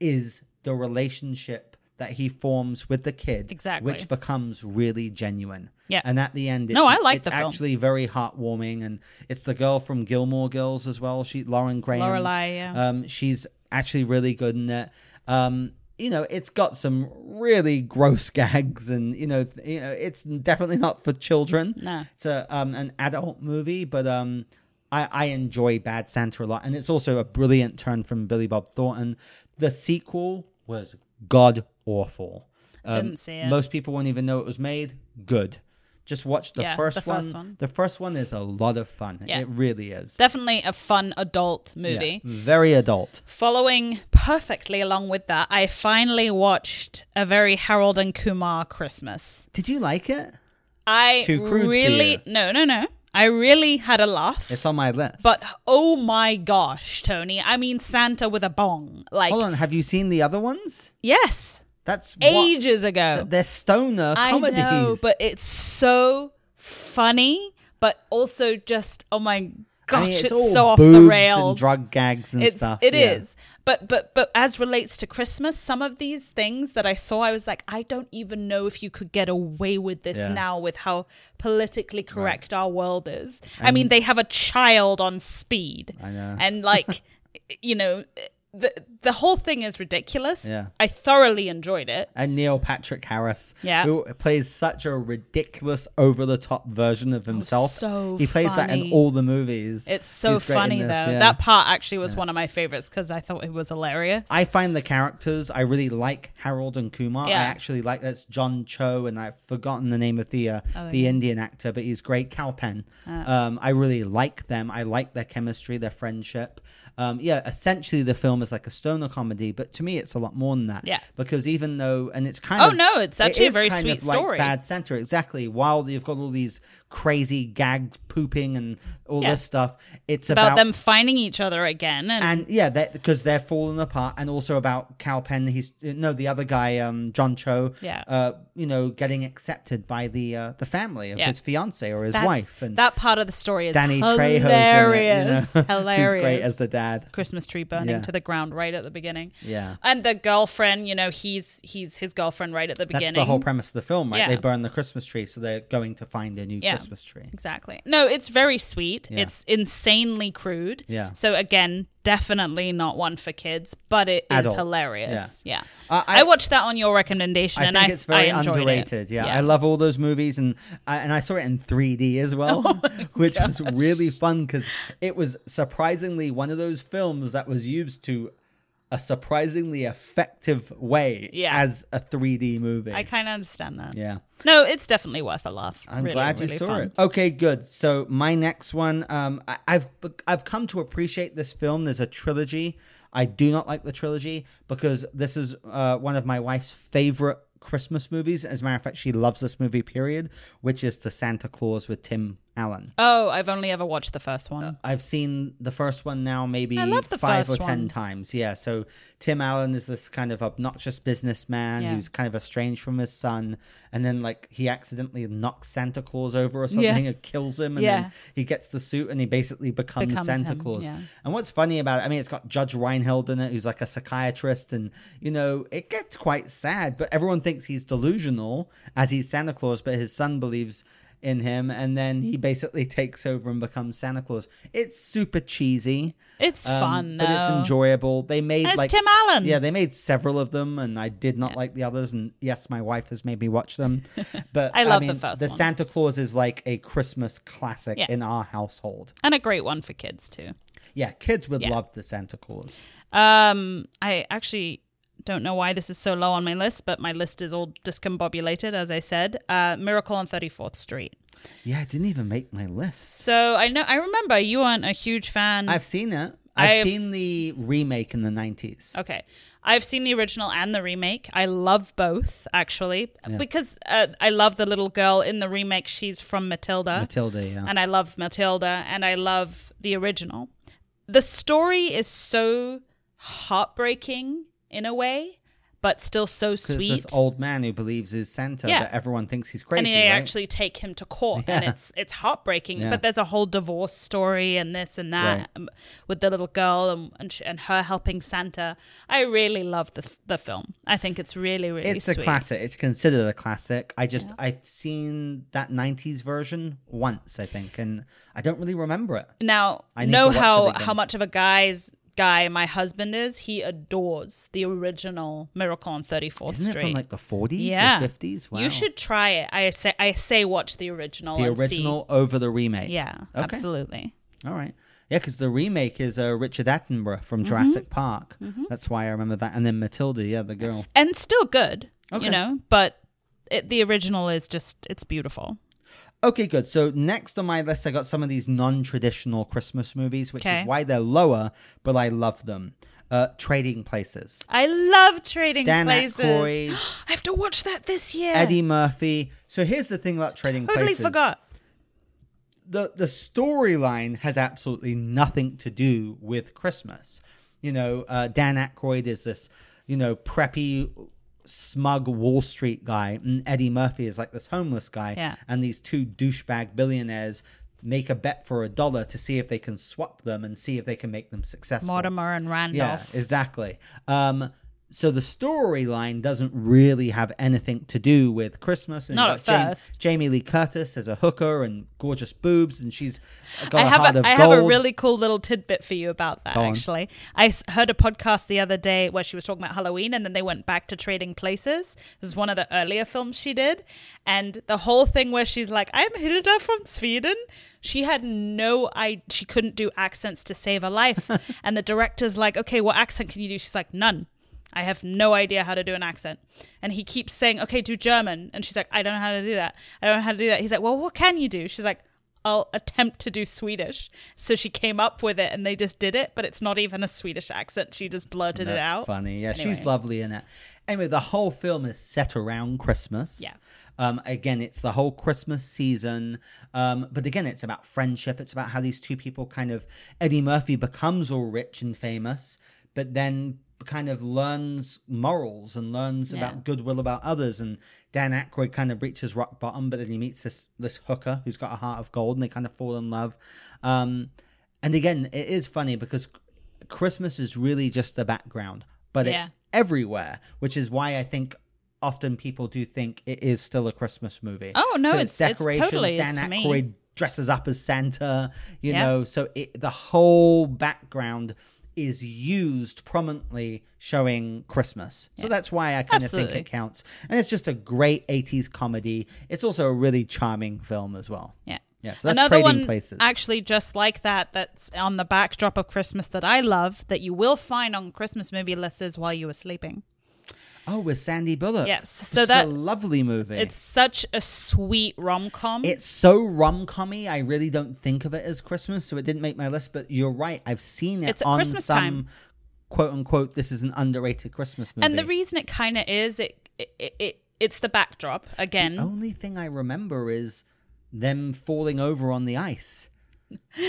[SPEAKER 2] is the relationship that he forms with the kid,
[SPEAKER 3] Exactly.
[SPEAKER 2] which becomes really genuine.
[SPEAKER 3] Yeah.
[SPEAKER 2] and at the end,
[SPEAKER 3] No,
[SPEAKER 2] it's-
[SPEAKER 3] I like
[SPEAKER 2] it's
[SPEAKER 3] the film.
[SPEAKER 2] actually very heartwarming, and it's the girl from Gilmore Girls as well. She Lauren Graham.
[SPEAKER 3] Lorelai, yeah.
[SPEAKER 2] Um, she's actually really good in it. Um, you know, it's got some really gross [laughs] gags, and you know, th- you know, it's definitely not for children.
[SPEAKER 3] No.
[SPEAKER 2] It's a um, an adult movie, but um, I, I enjoy Bad Santa a lot, and it's also a brilliant turn from Billy Bob Thornton. The sequel was god awful. Um,
[SPEAKER 3] Didn't see it.
[SPEAKER 2] Most people won't even know it was made. Good. Just watch the
[SPEAKER 3] Yeah,
[SPEAKER 2] first
[SPEAKER 3] the
[SPEAKER 2] one.
[SPEAKER 3] first one.
[SPEAKER 2] The first one is a lot of fun.
[SPEAKER 3] Yeah.
[SPEAKER 2] It really is.
[SPEAKER 3] Definitely a fun adult
[SPEAKER 2] Yeah.
[SPEAKER 3] movie.
[SPEAKER 2] Very adult.
[SPEAKER 3] Following perfectly along with that, I finally watched a very Harold and Kumar Christmas.
[SPEAKER 2] Did you like it?
[SPEAKER 3] I
[SPEAKER 2] Too crude for
[SPEAKER 3] really
[SPEAKER 2] you.
[SPEAKER 3] no no no. I really had a laugh.
[SPEAKER 2] It's on my list.
[SPEAKER 3] but oh my gosh, Tony! I mean Santa with a bong. Like
[SPEAKER 2] hold on, have you seen the other ones?
[SPEAKER 3] yes,
[SPEAKER 2] That's what-
[SPEAKER 3] ages ago.
[SPEAKER 2] They're stoner
[SPEAKER 3] I
[SPEAKER 2] comedies.
[SPEAKER 3] know, but it's so funny, but also just oh my gosh,
[SPEAKER 2] I mean,
[SPEAKER 3] it's,
[SPEAKER 2] all
[SPEAKER 3] so off
[SPEAKER 2] boobs
[SPEAKER 3] the
[SPEAKER 2] and
[SPEAKER 3] rails.
[SPEAKER 2] drug gags and
[SPEAKER 3] it's,
[SPEAKER 2] stuff.
[SPEAKER 3] It is,
[SPEAKER 2] yeah.
[SPEAKER 3] But but but as relates to Christmas, some of these things that I saw, I was like, I don't even know if you could get away with this
[SPEAKER 2] Yeah.
[SPEAKER 3] now with how politically correct our world is. I mean, they have a child on speed.
[SPEAKER 2] I know. [laughs]
[SPEAKER 3] And like you know the the whole thing is ridiculous.
[SPEAKER 2] Yeah.
[SPEAKER 3] I thoroughly enjoyed it.
[SPEAKER 2] and Neil Patrick Harris,
[SPEAKER 3] Yeah.
[SPEAKER 2] who plays such a ridiculous, over the top version of himself.
[SPEAKER 3] Oh, so
[SPEAKER 2] he plays that in
[SPEAKER 3] funny.
[SPEAKER 2] all the movies.
[SPEAKER 3] It's so
[SPEAKER 2] He's great in
[SPEAKER 3] funny
[SPEAKER 2] this,
[SPEAKER 3] though.
[SPEAKER 2] yeah.
[SPEAKER 3] That part actually was one of my favorites because I thought it was hilarious.
[SPEAKER 2] I find the characters. I really like Harold and Kumar. I
[SPEAKER 3] Yeah.
[SPEAKER 2] actually like that's John Cho, and I've forgotten the name of the uh,
[SPEAKER 3] Oh,
[SPEAKER 2] the Indian actor, but he's great. Calpen.
[SPEAKER 3] Uh.
[SPEAKER 2] Um, I really like them. I like their chemistry, their friendship. Um, yeah, essentially the film is like a stoner comedy, but to me it's a lot more than that.
[SPEAKER 3] Yeah.
[SPEAKER 2] because even though, and it's kind
[SPEAKER 3] Oh,
[SPEAKER 2] of
[SPEAKER 3] no, it's actually a
[SPEAKER 2] is
[SPEAKER 3] very
[SPEAKER 2] kind
[SPEAKER 3] sweet
[SPEAKER 2] of like
[SPEAKER 3] story.
[SPEAKER 2] Bad Center exactly. While you've got all these crazy gags, pooping, and all
[SPEAKER 3] Yeah.
[SPEAKER 2] this stuff, it's
[SPEAKER 3] about,
[SPEAKER 2] about
[SPEAKER 3] them finding each other again and,
[SPEAKER 2] and yeah, that because they're falling apart, and also about Calpen. He's no the other guy, um, John Cho.
[SPEAKER 3] Yeah.
[SPEAKER 2] Uh, you know, getting accepted by the uh, the family of
[SPEAKER 3] Yeah.
[SPEAKER 2] his fiance or his
[SPEAKER 3] that's-
[SPEAKER 2] wife, and
[SPEAKER 3] that part of the story is
[SPEAKER 2] Danny Trejo's
[SPEAKER 3] hilarious. [laughs]
[SPEAKER 2] in it, you know?
[SPEAKER 3] hilarious.
[SPEAKER 2] [laughs] He's great as the dad.
[SPEAKER 3] Christmas tree burning
[SPEAKER 2] Yeah.
[SPEAKER 3] to the ground right at the beginning.
[SPEAKER 2] Yeah.
[SPEAKER 3] And the girlfriend, you know, he's he's his girlfriend right at the
[SPEAKER 2] That's
[SPEAKER 3] beginning.
[SPEAKER 2] the whole premise of the film, right?
[SPEAKER 3] Yeah.
[SPEAKER 2] They burn the Christmas tree, so they're going to find a new
[SPEAKER 3] Yeah.
[SPEAKER 2] Christmas tree.
[SPEAKER 3] Exactly. No, it's very sweet.
[SPEAKER 2] Yeah.
[SPEAKER 3] It's insanely crude.
[SPEAKER 2] Yeah.
[SPEAKER 3] So again, definitely not one for kids, but it is
[SPEAKER 2] Adults,
[SPEAKER 3] hilarious. Yeah.
[SPEAKER 2] Uh, I-
[SPEAKER 3] I, watched that on your recommendation,
[SPEAKER 2] I
[SPEAKER 3] and
[SPEAKER 2] think
[SPEAKER 3] I
[SPEAKER 2] it's very
[SPEAKER 3] I enjoyed
[SPEAKER 2] underrated.
[SPEAKER 3] It.
[SPEAKER 2] Yeah. I love all those movies, and I, and I saw it in 3D
[SPEAKER 3] [laughs]
[SPEAKER 2] as well,
[SPEAKER 3] Oh
[SPEAKER 2] which was really fun because it was surprisingly one of those films that was used to a surprisingly effective way
[SPEAKER 3] Yeah.
[SPEAKER 2] as a 3D movie.
[SPEAKER 3] I kind of understand that.
[SPEAKER 2] yeah.
[SPEAKER 3] No, it's definitely worth a laugh.
[SPEAKER 2] I'm
[SPEAKER 3] Really,
[SPEAKER 2] glad you
[SPEAKER 3] really
[SPEAKER 2] saw
[SPEAKER 3] fun.
[SPEAKER 2] it. Okay, good. So my next one, um, I, I've bec- I've come to appreciate this film. There's a trilogy. I do not like the trilogy because this is uh, one of my wife's favorite Christmas movies. As a matter of fact, she loves this movie. Period. Which is the Santa Claus with Tim Allen.
[SPEAKER 3] Oh, I've only ever watched the first one.
[SPEAKER 2] I've seen the first one now maybe
[SPEAKER 3] Mm-hmm. I love the
[SPEAKER 2] five or
[SPEAKER 3] first
[SPEAKER 2] ten
[SPEAKER 3] one.
[SPEAKER 2] times. Yeah. So Tim Allen is this kind of obnoxious businessman
[SPEAKER 3] Yeah.
[SPEAKER 2] who's kind of estranged from his son, and then like he accidentally knocks Santa Claus over or something
[SPEAKER 3] Yeah.
[SPEAKER 2] and kills him, and
[SPEAKER 3] Yeah.
[SPEAKER 2] then he gets the suit and he basically becomes,
[SPEAKER 3] Becomes
[SPEAKER 2] Santa
[SPEAKER 3] him,
[SPEAKER 2] Claus.
[SPEAKER 3] yeah.
[SPEAKER 2] And what's funny about it, I mean, it's got Judge Reinhold in it, who's like a psychiatrist, and you know, it gets quite sad. But everyone thinks he's delusional as he's Santa Claus, but his son believes in him, and then he basically [laughs] takes over and becomes Santa Claus. It's super cheesy.
[SPEAKER 3] It's
[SPEAKER 2] um,
[SPEAKER 3] fun though.
[SPEAKER 2] but it's enjoyable. They made
[SPEAKER 3] And it's
[SPEAKER 2] like s-
[SPEAKER 3] Tim Allen.
[SPEAKER 2] Yeah, they made several of them, and I did not like the others. And yes, my wife has made me watch
[SPEAKER 3] [laughs]
[SPEAKER 2] them. But
[SPEAKER 3] I love the
[SPEAKER 2] mean,
[SPEAKER 3] first
[SPEAKER 2] The
[SPEAKER 3] one.
[SPEAKER 2] Santa Claus is like a Christmas classic
[SPEAKER 3] Yeah.
[SPEAKER 2] in our household.
[SPEAKER 3] and a great one for kids too.
[SPEAKER 2] Yeah, kids would
[SPEAKER 3] Yeah.
[SPEAKER 2] love the Santa Claus.
[SPEAKER 3] Um, I actually don't know why this is so low on my list, but my list is all discombobulated, as I said. Uh, Miracle on 34th Street.
[SPEAKER 2] Yeah, it didn't even make my list.
[SPEAKER 3] So I know I remember you weren't a huge fan.
[SPEAKER 2] I've seen it. I've,
[SPEAKER 3] I've-
[SPEAKER 2] seen the remake in the nineties.
[SPEAKER 3] okay, I've seen the original and the remake. I love both actually because uh, I love the little girl in the remake. She's from Matilda.
[SPEAKER 2] Matilda, yeah.
[SPEAKER 3] Uh-huh. and I love Matilda and I love the original. The story is so heartbreaking in a way, but still so
[SPEAKER 2] 'Cause it's
[SPEAKER 3] sweet.
[SPEAKER 2] this old man who believes he's Santa,
[SPEAKER 3] Yeah.
[SPEAKER 2] but everyone thinks he's crazy.
[SPEAKER 3] and they
[SPEAKER 2] right?
[SPEAKER 3] actually take him to court, and it's it's heartbreaking.
[SPEAKER 2] Yeah.
[SPEAKER 3] But there's a whole divorce story and this and that
[SPEAKER 2] Right.
[SPEAKER 3] um, with the little girl and and, she, and her helping Santa. I really love the the film. I think it's really really
[SPEAKER 2] it's
[SPEAKER 3] sweet.
[SPEAKER 2] a classic. It's considered a classic. I just I've seen that nineties version once, I think, and I don't really remember it.
[SPEAKER 3] Now
[SPEAKER 2] I need to
[SPEAKER 3] know
[SPEAKER 2] watch it
[SPEAKER 3] how
[SPEAKER 2] again.
[SPEAKER 3] how much of a guy's guy my husband is. He adores the original Miracle on 34th
[SPEAKER 2] Isn't
[SPEAKER 3] Street.
[SPEAKER 2] it from like the forties
[SPEAKER 3] Yeah.
[SPEAKER 2] or fifties? Wow.
[SPEAKER 3] You should try it. I say I say watch the original.
[SPEAKER 2] the
[SPEAKER 3] and
[SPEAKER 2] original over the remake.
[SPEAKER 3] See. Yeah,
[SPEAKER 2] Okay.
[SPEAKER 3] absolutely.
[SPEAKER 2] All right. Yeah, because the remake is uh, Richard Attenborough
[SPEAKER 3] Mm-hmm.
[SPEAKER 2] from Jurassic Park. That's why I remember that. And then Matilda, yeah, the girl.
[SPEAKER 3] And still good.
[SPEAKER 2] Okay.
[SPEAKER 3] You know, but it, the original is just it's beautiful.
[SPEAKER 2] Okay, good. So next on my list, I got some of these non-traditional Christmas movies, which
[SPEAKER 3] Okay.
[SPEAKER 2] is why they're lower, but I love them. Uh, Trading Places.
[SPEAKER 3] I love Trading
[SPEAKER 2] Dan
[SPEAKER 3] Places.
[SPEAKER 2] Aykroyd.
[SPEAKER 3] [gasps] I have to watch that this year.
[SPEAKER 2] Eddie Murphy. So here's the thing about Trading
[SPEAKER 3] totally
[SPEAKER 2] Places.
[SPEAKER 3] forgot.
[SPEAKER 2] The the storyline has absolutely nothing to do with Christmas. You know, uh, Dan Aykroyd is this, you know, preppy, smug Wall Street guy, and Eddie Murphy is like this homeless guy.
[SPEAKER 3] Yeah.
[SPEAKER 2] And these two douchebag billionaires make a bet for a dollar to see if they can swap them and see if they can make them successful.
[SPEAKER 3] Mortimer and Randolph.
[SPEAKER 2] Yeah, exactly. Um, so the storyline doesn't really have anything to do with Christmas. And
[SPEAKER 3] Not
[SPEAKER 2] you've
[SPEAKER 3] at
[SPEAKER 2] got Jam-
[SPEAKER 3] first.
[SPEAKER 2] Jamie Lee Curtis as a hooker and gorgeous boobs, and she's got
[SPEAKER 3] I
[SPEAKER 2] a
[SPEAKER 3] have
[SPEAKER 2] heart of
[SPEAKER 3] a, I
[SPEAKER 2] gold.
[SPEAKER 3] have a really cool little tidbit for you about that.
[SPEAKER 2] Go on.
[SPEAKER 3] Actually, I s- heard a podcast the other day where she was talking about Halloween, and then they went back to Trading Places. It was one of the earlier films she did, and the whole thing where she's like, "I'm Hilda from Sweden." She had no I she couldn't do accents to save
[SPEAKER 2] [laughs]
[SPEAKER 3] her life, and the director's like, "Okay, what accent can you do?" She's like, "None." I have no idea how to do an accent. And he keeps saying, okay, do German. And she's like, I don't know how to do that. I don't know how to do that. He's like, well, what can you do? She's like, I'll attempt to do Swedish. So she came up with it and they just did it, but it's not even a Swedish accent. She just blurted it
[SPEAKER 2] That's
[SPEAKER 3] out.
[SPEAKER 2] funny. Yeah, she's
[SPEAKER 3] Anyway.
[SPEAKER 2] lovely in it. Anyway, the whole film is set around Christmas.
[SPEAKER 3] Yeah.
[SPEAKER 2] Um, again, it's the whole Christmas season. Um, but again, it's about friendship. It's about how these two people kind of Eddie Murphy becomes all rich and famous, but then kind of learns morals and learns
[SPEAKER 3] Yeah.
[SPEAKER 2] about goodwill about others. And Dan Aykroyd kind of reaches rock bottom, but then he meets this this hooker who's got a heart of gold, and they kind of fall in love. Um, and again, it is funny because Christmas is really just the background, but
[SPEAKER 3] Yeah.
[SPEAKER 2] it's everywhere, which is why I think often people do think it is still a Christmas movie.
[SPEAKER 3] Oh, no,
[SPEAKER 2] 'Cause
[SPEAKER 3] it's- it's totally-
[SPEAKER 2] Dan
[SPEAKER 3] it's to me.
[SPEAKER 2] Aykroyd dresses up as Santa, you
[SPEAKER 3] Yeah.
[SPEAKER 2] know, so it, the whole background is used prominently showing Christmas. So that's why I kind of
[SPEAKER 3] Absolutely.
[SPEAKER 2] think it counts. And it's just a great 80s comedy. It's also a really charming film as well.
[SPEAKER 3] Yeah.
[SPEAKER 2] Yeah, so that's
[SPEAKER 3] Another
[SPEAKER 2] Trading
[SPEAKER 3] one,
[SPEAKER 2] Places.
[SPEAKER 3] actually, just like that, that's on the backdrop of Christmas that I love, that you will find on Christmas movie lists is While You Were Sleeping.
[SPEAKER 2] oh, with Sandy Bullock.
[SPEAKER 3] Yes, so
[SPEAKER 2] Which is
[SPEAKER 3] that-
[SPEAKER 2] a lovely movie.
[SPEAKER 3] It's such a sweet rom com.
[SPEAKER 2] It's so rom commy. I really don't think of it as Christmas, so it didn't make my list. But you're right. I've seen it
[SPEAKER 3] It's at
[SPEAKER 2] on
[SPEAKER 3] Christmas
[SPEAKER 2] some
[SPEAKER 3] time.
[SPEAKER 2] quote unquote. This is an underrated Christmas movie.
[SPEAKER 3] And the reason it kind of is, it, it, it it's the backdrop again.
[SPEAKER 2] only thing I remember is them falling over on the ice.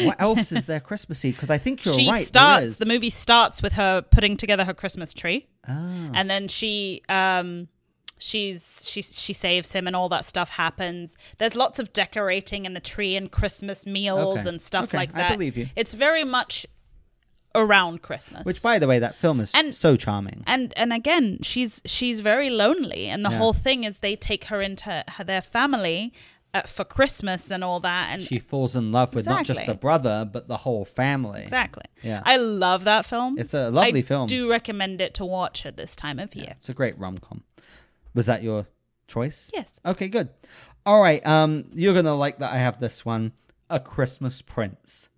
[SPEAKER 2] What else is there Christmassy? Because I think you're
[SPEAKER 3] she
[SPEAKER 2] right. there
[SPEAKER 3] starts
[SPEAKER 2] is.
[SPEAKER 3] the movie starts with her putting together her Christmas tree,
[SPEAKER 2] Ah,
[SPEAKER 3] and then she um she's she she saves him, and all that stuff happens. There's lots of decorating in the tree and Christmas meals
[SPEAKER 2] Okay.
[SPEAKER 3] and stuff
[SPEAKER 2] Okay,
[SPEAKER 3] like
[SPEAKER 2] I
[SPEAKER 3] that.
[SPEAKER 2] believe you.
[SPEAKER 3] It's very much around Christmas.
[SPEAKER 2] which, by the way, that film is
[SPEAKER 3] And-
[SPEAKER 2] so charming.
[SPEAKER 3] and and again she's she's very lonely and the
[SPEAKER 2] Yeah.
[SPEAKER 3] whole thing is they take her into her, their family uh, for christmas and all that and
[SPEAKER 2] she falls in love with not just the
[SPEAKER 3] Exactly.
[SPEAKER 2] brother, but the whole family.
[SPEAKER 3] exactly
[SPEAKER 2] Yeah.
[SPEAKER 3] i love that film
[SPEAKER 2] It's a lovely
[SPEAKER 3] I
[SPEAKER 2] film.
[SPEAKER 3] do recommend it to watch at this time of year
[SPEAKER 2] It's a great rom com. Was that your choice?
[SPEAKER 3] yes
[SPEAKER 2] Okay, good. All right, um, you're gonna like that I have this one, A Christmas Prince.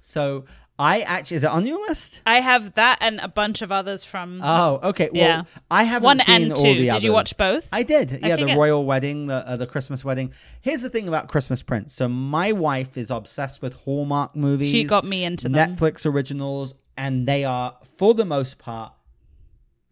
[SPEAKER 2] So I actually is it on your list?
[SPEAKER 3] i have that and a bunch of others from
[SPEAKER 2] Oh, okay. Well,
[SPEAKER 3] Yeah.
[SPEAKER 2] I haven't
[SPEAKER 3] One
[SPEAKER 2] seen
[SPEAKER 3] and
[SPEAKER 2] all
[SPEAKER 3] two.
[SPEAKER 2] the
[SPEAKER 3] Did
[SPEAKER 2] others.
[SPEAKER 3] you watch both?
[SPEAKER 2] I did. Yeah,
[SPEAKER 3] Okay,
[SPEAKER 2] the
[SPEAKER 3] good.
[SPEAKER 2] royal wedding, the uh, the Christmas wedding. Here's the thing about Christmas Prince. So my wife is obsessed with Hallmark movies.
[SPEAKER 3] she got me into them
[SPEAKER 2] Netflix originals, and they are for the most part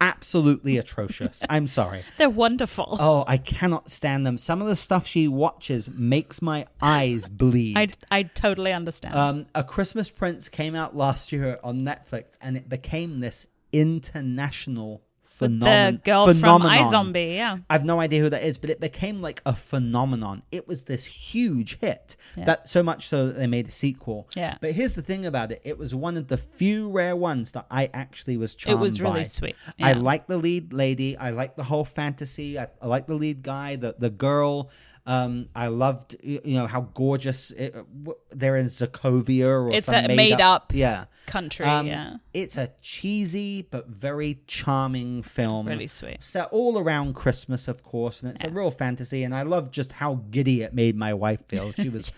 [SPEAKER 2] absolutely
[SPEAKER 3] [laughs]
[SPEAKER 2] atrocious. I'm sorry.
[SPEAKER 3] they're wonderful
[SPEAKER 2] Oh, I cannot stand them. Some of the stuff she watches makes my eyes
[SPEAKER 3] [laughs]
[SPEAKER 2] bleed.
[SPEAKER 3] [laughs] I, I totally understand
[SPEAKER 2] Um, a Christmas Prince came out last year on Netflix, and it became this international phenomenon.
[SPEAKER 3] the girl
[SPEAKER 2] phenomenon.
[SPEAKER 3] from iZombie, yeah.
[SPEAKER 2] I've no idea who that is, but it became like a phenomenon. It was this huge hit that so much so that they made a sequel.
[SPEAKER 3] Yeah.
[SPEAKER 2] But here's the thing about it: it was one of the few rare ones that I actually was
[SPEAKER 3] It
[SPEAKER 2] charmed.
[SPEAKER 3] was really
[SPEAKER 2] by.
[SPEAKER 3] sweet,
[SPEAKER 2] I
[SPEAKER 3] yeah.
[SPEAKER 2] like the lead lady. I like the whole fantasy. I, I like the lead guy, the the girl. Um, I loved y- you know how gorgeous it, w- they're in Zakovia or
[SPEAKER 3] It's
[SPEAKER 2] some
[SPEAKER 3] a made-up
[SPEAKER 2] yeah
[SPEAKER 3] country
[SPEAKER 2] um,
[SPEAKER 3] yeah
[SPEAKER 2] It's a cheesy but very charming film.
[SPEAKER 3] Really sweet.
[SPEAKER 2] Set all around Christmas, of course, and it's a real fantasy. And I love just how giddy it made my wife feel.
[SPEAKER 3] [laughs]
[SPEAKER 2] She was,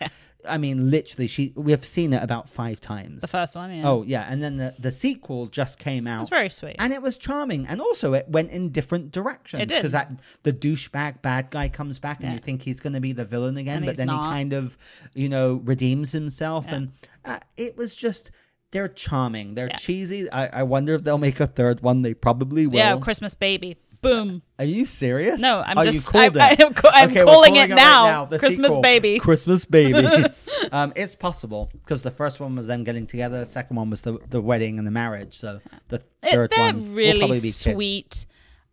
[SPEAKER 2] I mean, literally, she. We have seen it about five times.
[SPEAKER 3] the first one yeah
[SPEAKER 2] Oh yeah, and then the, the sequel just came out.
[SPEAKER 3] it's very sweet
[SPEAKER 2] And it was charming, and also it went in different directions
[SPEAKER 3] It did.
[SPEAKER 2] because that the douchebag bad guy comes back, and you think he's going to be the villain again,
[SPEAKER 3] And
[SPEAKER 2] but
[SPEAKER 3] he's
[SPEAKER 2] then he
[SPEAKER 3] not.
[SPEAKER 2] kind of, you know, redeems himself, and uh, it was just they're charming, they're cheesy. I, I wonder if they'll make a third one. They probably will.
[SPEAKER 3] yeah christmas baby boom
[SPEAKER 2] Are you serious?
[SPEAKER 3] No, I'm
[SPEAKER 2] oh,
[SPEAKER 3] just-
[SPEAKER 2] You called
[SPEAKER 3] I-
[SPEAKER 2] it.
[SPEAKER 3] I am ca- I'm
[SPEAKER 2] we're
[SPEAKER 3] calling
[SPEAKER 2] right
[SPEAKER 3] it now. Christmas baby.
[SPEAKER 2] Christmas baby.
[SPEAKER 3] [laughs]
[SPEAKER 2] um, it's possible because the first one was them getting together. The second one was the the wedding and the marriage. So the
[SPEAKER 3] It-
[SPEAKER 2] third
[SPEAKER 3] they're
[SPEAKER 2] one will
[SPEAKER 3] really
[SPEAKER 2] probably be kids.
[SPEAKER 3] sweet.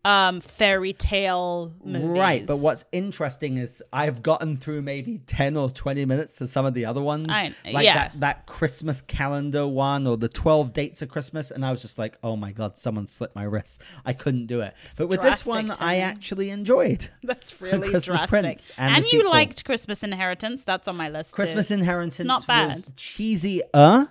[SPEAKER 3] um, fairy tale movies.
[SPEAKER 2] Right, but what's interesting is I've gotten through maybe 10 or 20 minutes to some of the other ones.
[SPEAKER 3] I-
[SPEAKER 2] like
[SPEAKER 3] yeah.
[SPEAKER 2] that, that Christmas calendar one or the 12 dates of Christmas. And I was just like, oh my God, someone slipped my wrist. I couldn't do it. but with this
[SPEAKER 3] drastic,
[SPEAKER 2] one,
[SPEAKER 3] Tony.
[SPEAKER 2] I actually enjoyed.
[SPEAKER 3] [laughs] That's really
[SPEAKER 2] Christmas
[SPEAKER 3] drastic.
[SPEAKER 2] Prince and
[SPEAKER 3] and
[SPEAKER 2] the
[SPEAKER 3] you
[SPEAKER 2] sequel.
[SPEAKER 3] liked Christmas Inheritance. That's on my list.
[SPEAKER 2] Christmas
[SPEAKER 3] too.
[SPEAKER 2] Inheritance was
[SPEAKER 3] not bad.
[SPEAKER 2] cheesy, uh,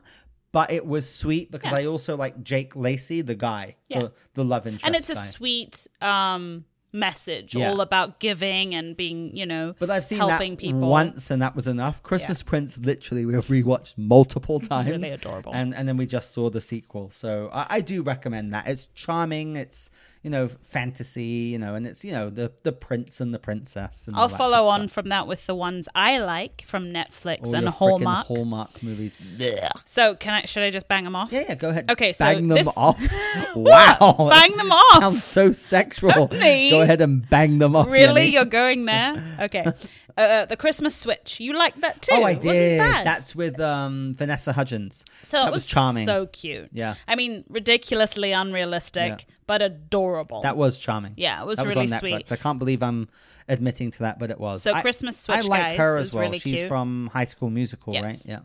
[SPEAKER 2] but it was sweet because I also like Jake Lacey, the guy,
[SPEAKER 3] Yeah.
[SPEAKER 2] the, the love interest.
[SPEAKER 3] and it's a
[SPEAKER 2] guy.
[SPEAKER 3] sweet um, message,
[SPEAKER 2] Yeah.
[SPEAKER 3] all about giving and being, you know,
[SPEAKER 2] But I've seen
[SPEAKER 3] helping
[SPEAKER 2] that
[SPEAKER 3] people.
[SPEAKER 2] once, and that was enough. Christmas Prince, literally, we have rewatched multiple times.
[SPEAKER 3] [laughs] Really adorable.
[SPEAKER 2] And and then we just saw the sequel, so I, I do recommend that. It's charming. It's you know fantasy, you know, and it's you know the the prince and the princess. And all
[SPEAKER 3] I'll
[SPEAKER 2] that
[SPEAKER 3] follow
[SPEAKER 2] good
[SPEAKER 3] on
[SPEAKER 2] stuff.
[SPEAKER 3] from that with the ones I like from Netflix
[SPEAKER 2] All
[SPEAKER 3] and
[SPEAKER 2] your frickin'
[SPEAKER 3] Hallmark.
[SPEAKER 2] Hallmark movies. Blech.
[SPEAKER 3] so can I? Should I just bang them off?
[SPEAKER 2] Yeah, yeah, go ahead.
[SPEAKER 3] Okay, so
[SPEAKER 2] bang them
[SPEAKER 3] this- [laughs]
[SPEAKER 2] off. wow,
[SPEAKER 3] Bang them off. [laughs]
[SPEAKER 2] Sounds so sexual.
[SPEAKER 3] Totally.
[SPEAKER 2] Go ahead and bang them off.
[SPEAKER 3] Really,
[SPEAKER 2] Yemi.
[SPEAKER 3] you're going there?
[SPEAKER 2] [laughs]
[SPEAKER 3] Okay. Uh, the Christmas Switch. You liked that too.
[SPEAKER 2] Oh, I
[SPEAKER 3] It
[SPEAKER 2] did.
[SPEAKER 3] Wasn't bad.
[SPEAKER 2] That's with um, Vanessa Hudgens.
[SPEAKER 3] so
[SPEAKER 2] that
[SPEAKER 3] it
[SPEAKER 2] was charming.
[SPEAKER 3] So cute.
[SPEAKER 2] Yeah.
[SPEAKER 3] I mean, ridiculously unrealistic,
[SPEAKER 2] Yeah.
[SPEAKER 3] but adorable.
[SPEAKER 2] That was charming.
[SPEAKER 3] Yeah, it was
[SPEAKER 2] that
[SPEAKER 3] really
[SPEAKER 2] was on
[SPEAKER 3] sweet.
[SPEAKER 2] Netflix. I can't believe I'm admitting to that, but it was.
[SPEAKER 3] So
[SPEAKER 2] I-
[SPEAKER 3] Christmas
[SPEAKER 2] I
[SPEAKER 3] Switch,
[SPEAKER 2] like
[SPEAKER 3] guys,
[SPEAKER 2] her
[SPEAKER 3] is
[SPEAKER 2] as well.
[SPEAKER 3] really
[SPEAKER 2] She's
[SPEAKER 3] cute.
[SPEAKER 2] from High School Musical,
[SPEAKER 3] yes.
[SPEAKER 2] right? Yeah.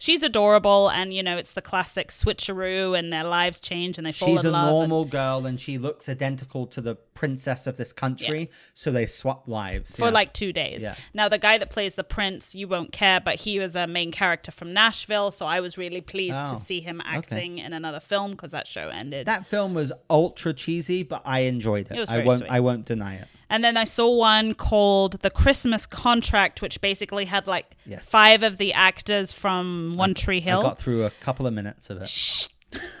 [SPEAKER 3] She's adorable, and you know it's the classic switcheroo, and their lives change, and they fall
[SPEAKER 2] She's
[SPEAKER 3] in
[SPEAKER 2] a
[SPEAKER 3] love. and-
[SPEAKER 2] normal girl, and she looks identical to the princess of this country. So they swap lives
[SPEAKER 3] for
[SPEAKER 2] yeah.
[SPEAKER 3] like two days.
[SPEAKER 2] Yeah.
[SPEAKER 3] Now the guy that plays the prince, you won't care, but he was a main character from Nashville, so I was really pleased to
[SPEAKER 2] Oh,
[SPEAKER 3] see him
[SPEAKER 2] okay.
[SPEAKER 3] acting in another film because that show ended.
[SPEAKER 2] that film was ultra cheesy, but I enjoyed it.
[SPEAKER 3] It was
[SPEAKER 2] I
[SPEAKER 3] very
[SPEAKER 2] won't.
[SPEAKER 3] sweet.
[SPEAKER 2] I won't deny it.
[SPEAKER 3] and then I saw one called The Christmas Contract, which basically had like
[SPEAKER 2] Yes.
[SPEAKER 3] five of the actors from One Tree Hill.
[SPEAKER 2] I got through a couple of minutes of it.
[SPEAKER 3] [laughs]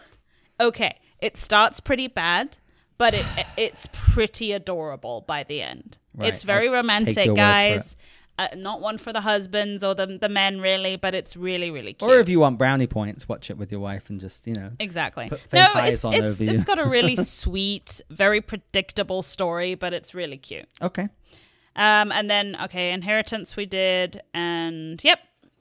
[SPEAKER 3] okay, it starts pretty bad, but it [sighs] it's pretty adorable by the end.
[SPEAKER 2] Right,
[SPEAKER 3] It's very
[SPEAKER 2] I'll take your
[SPEAKER 3] romantic,
[SPEAKER 2] word for
[SPEAKER 3] guys. Uh, not one for the husbands or the the men really, but it's really really cute.
[SPEAKER 2] Or if you want brownie points, watch it with your wife and just you know.
[SPEAKER 3] Exactly.
[SPEAKER 2] Put fake
[SPEAKER 3] No,
[SPEAKER 2] eyes
[SPEAKER 3] it's
[SPEAKER 2] on
[SPEAKER 3] it's,
[SPEAKER 2] over you.
[SPEAKER 3] it's got a
[SPEAKER 2] [laughs]
[SPEAKER 3] really sweet, very predictable story, but it's really cute.
[SPEAKER 2] Okay.
[SPEAKER 3] Um, and then okay, inheritance we did, and yep,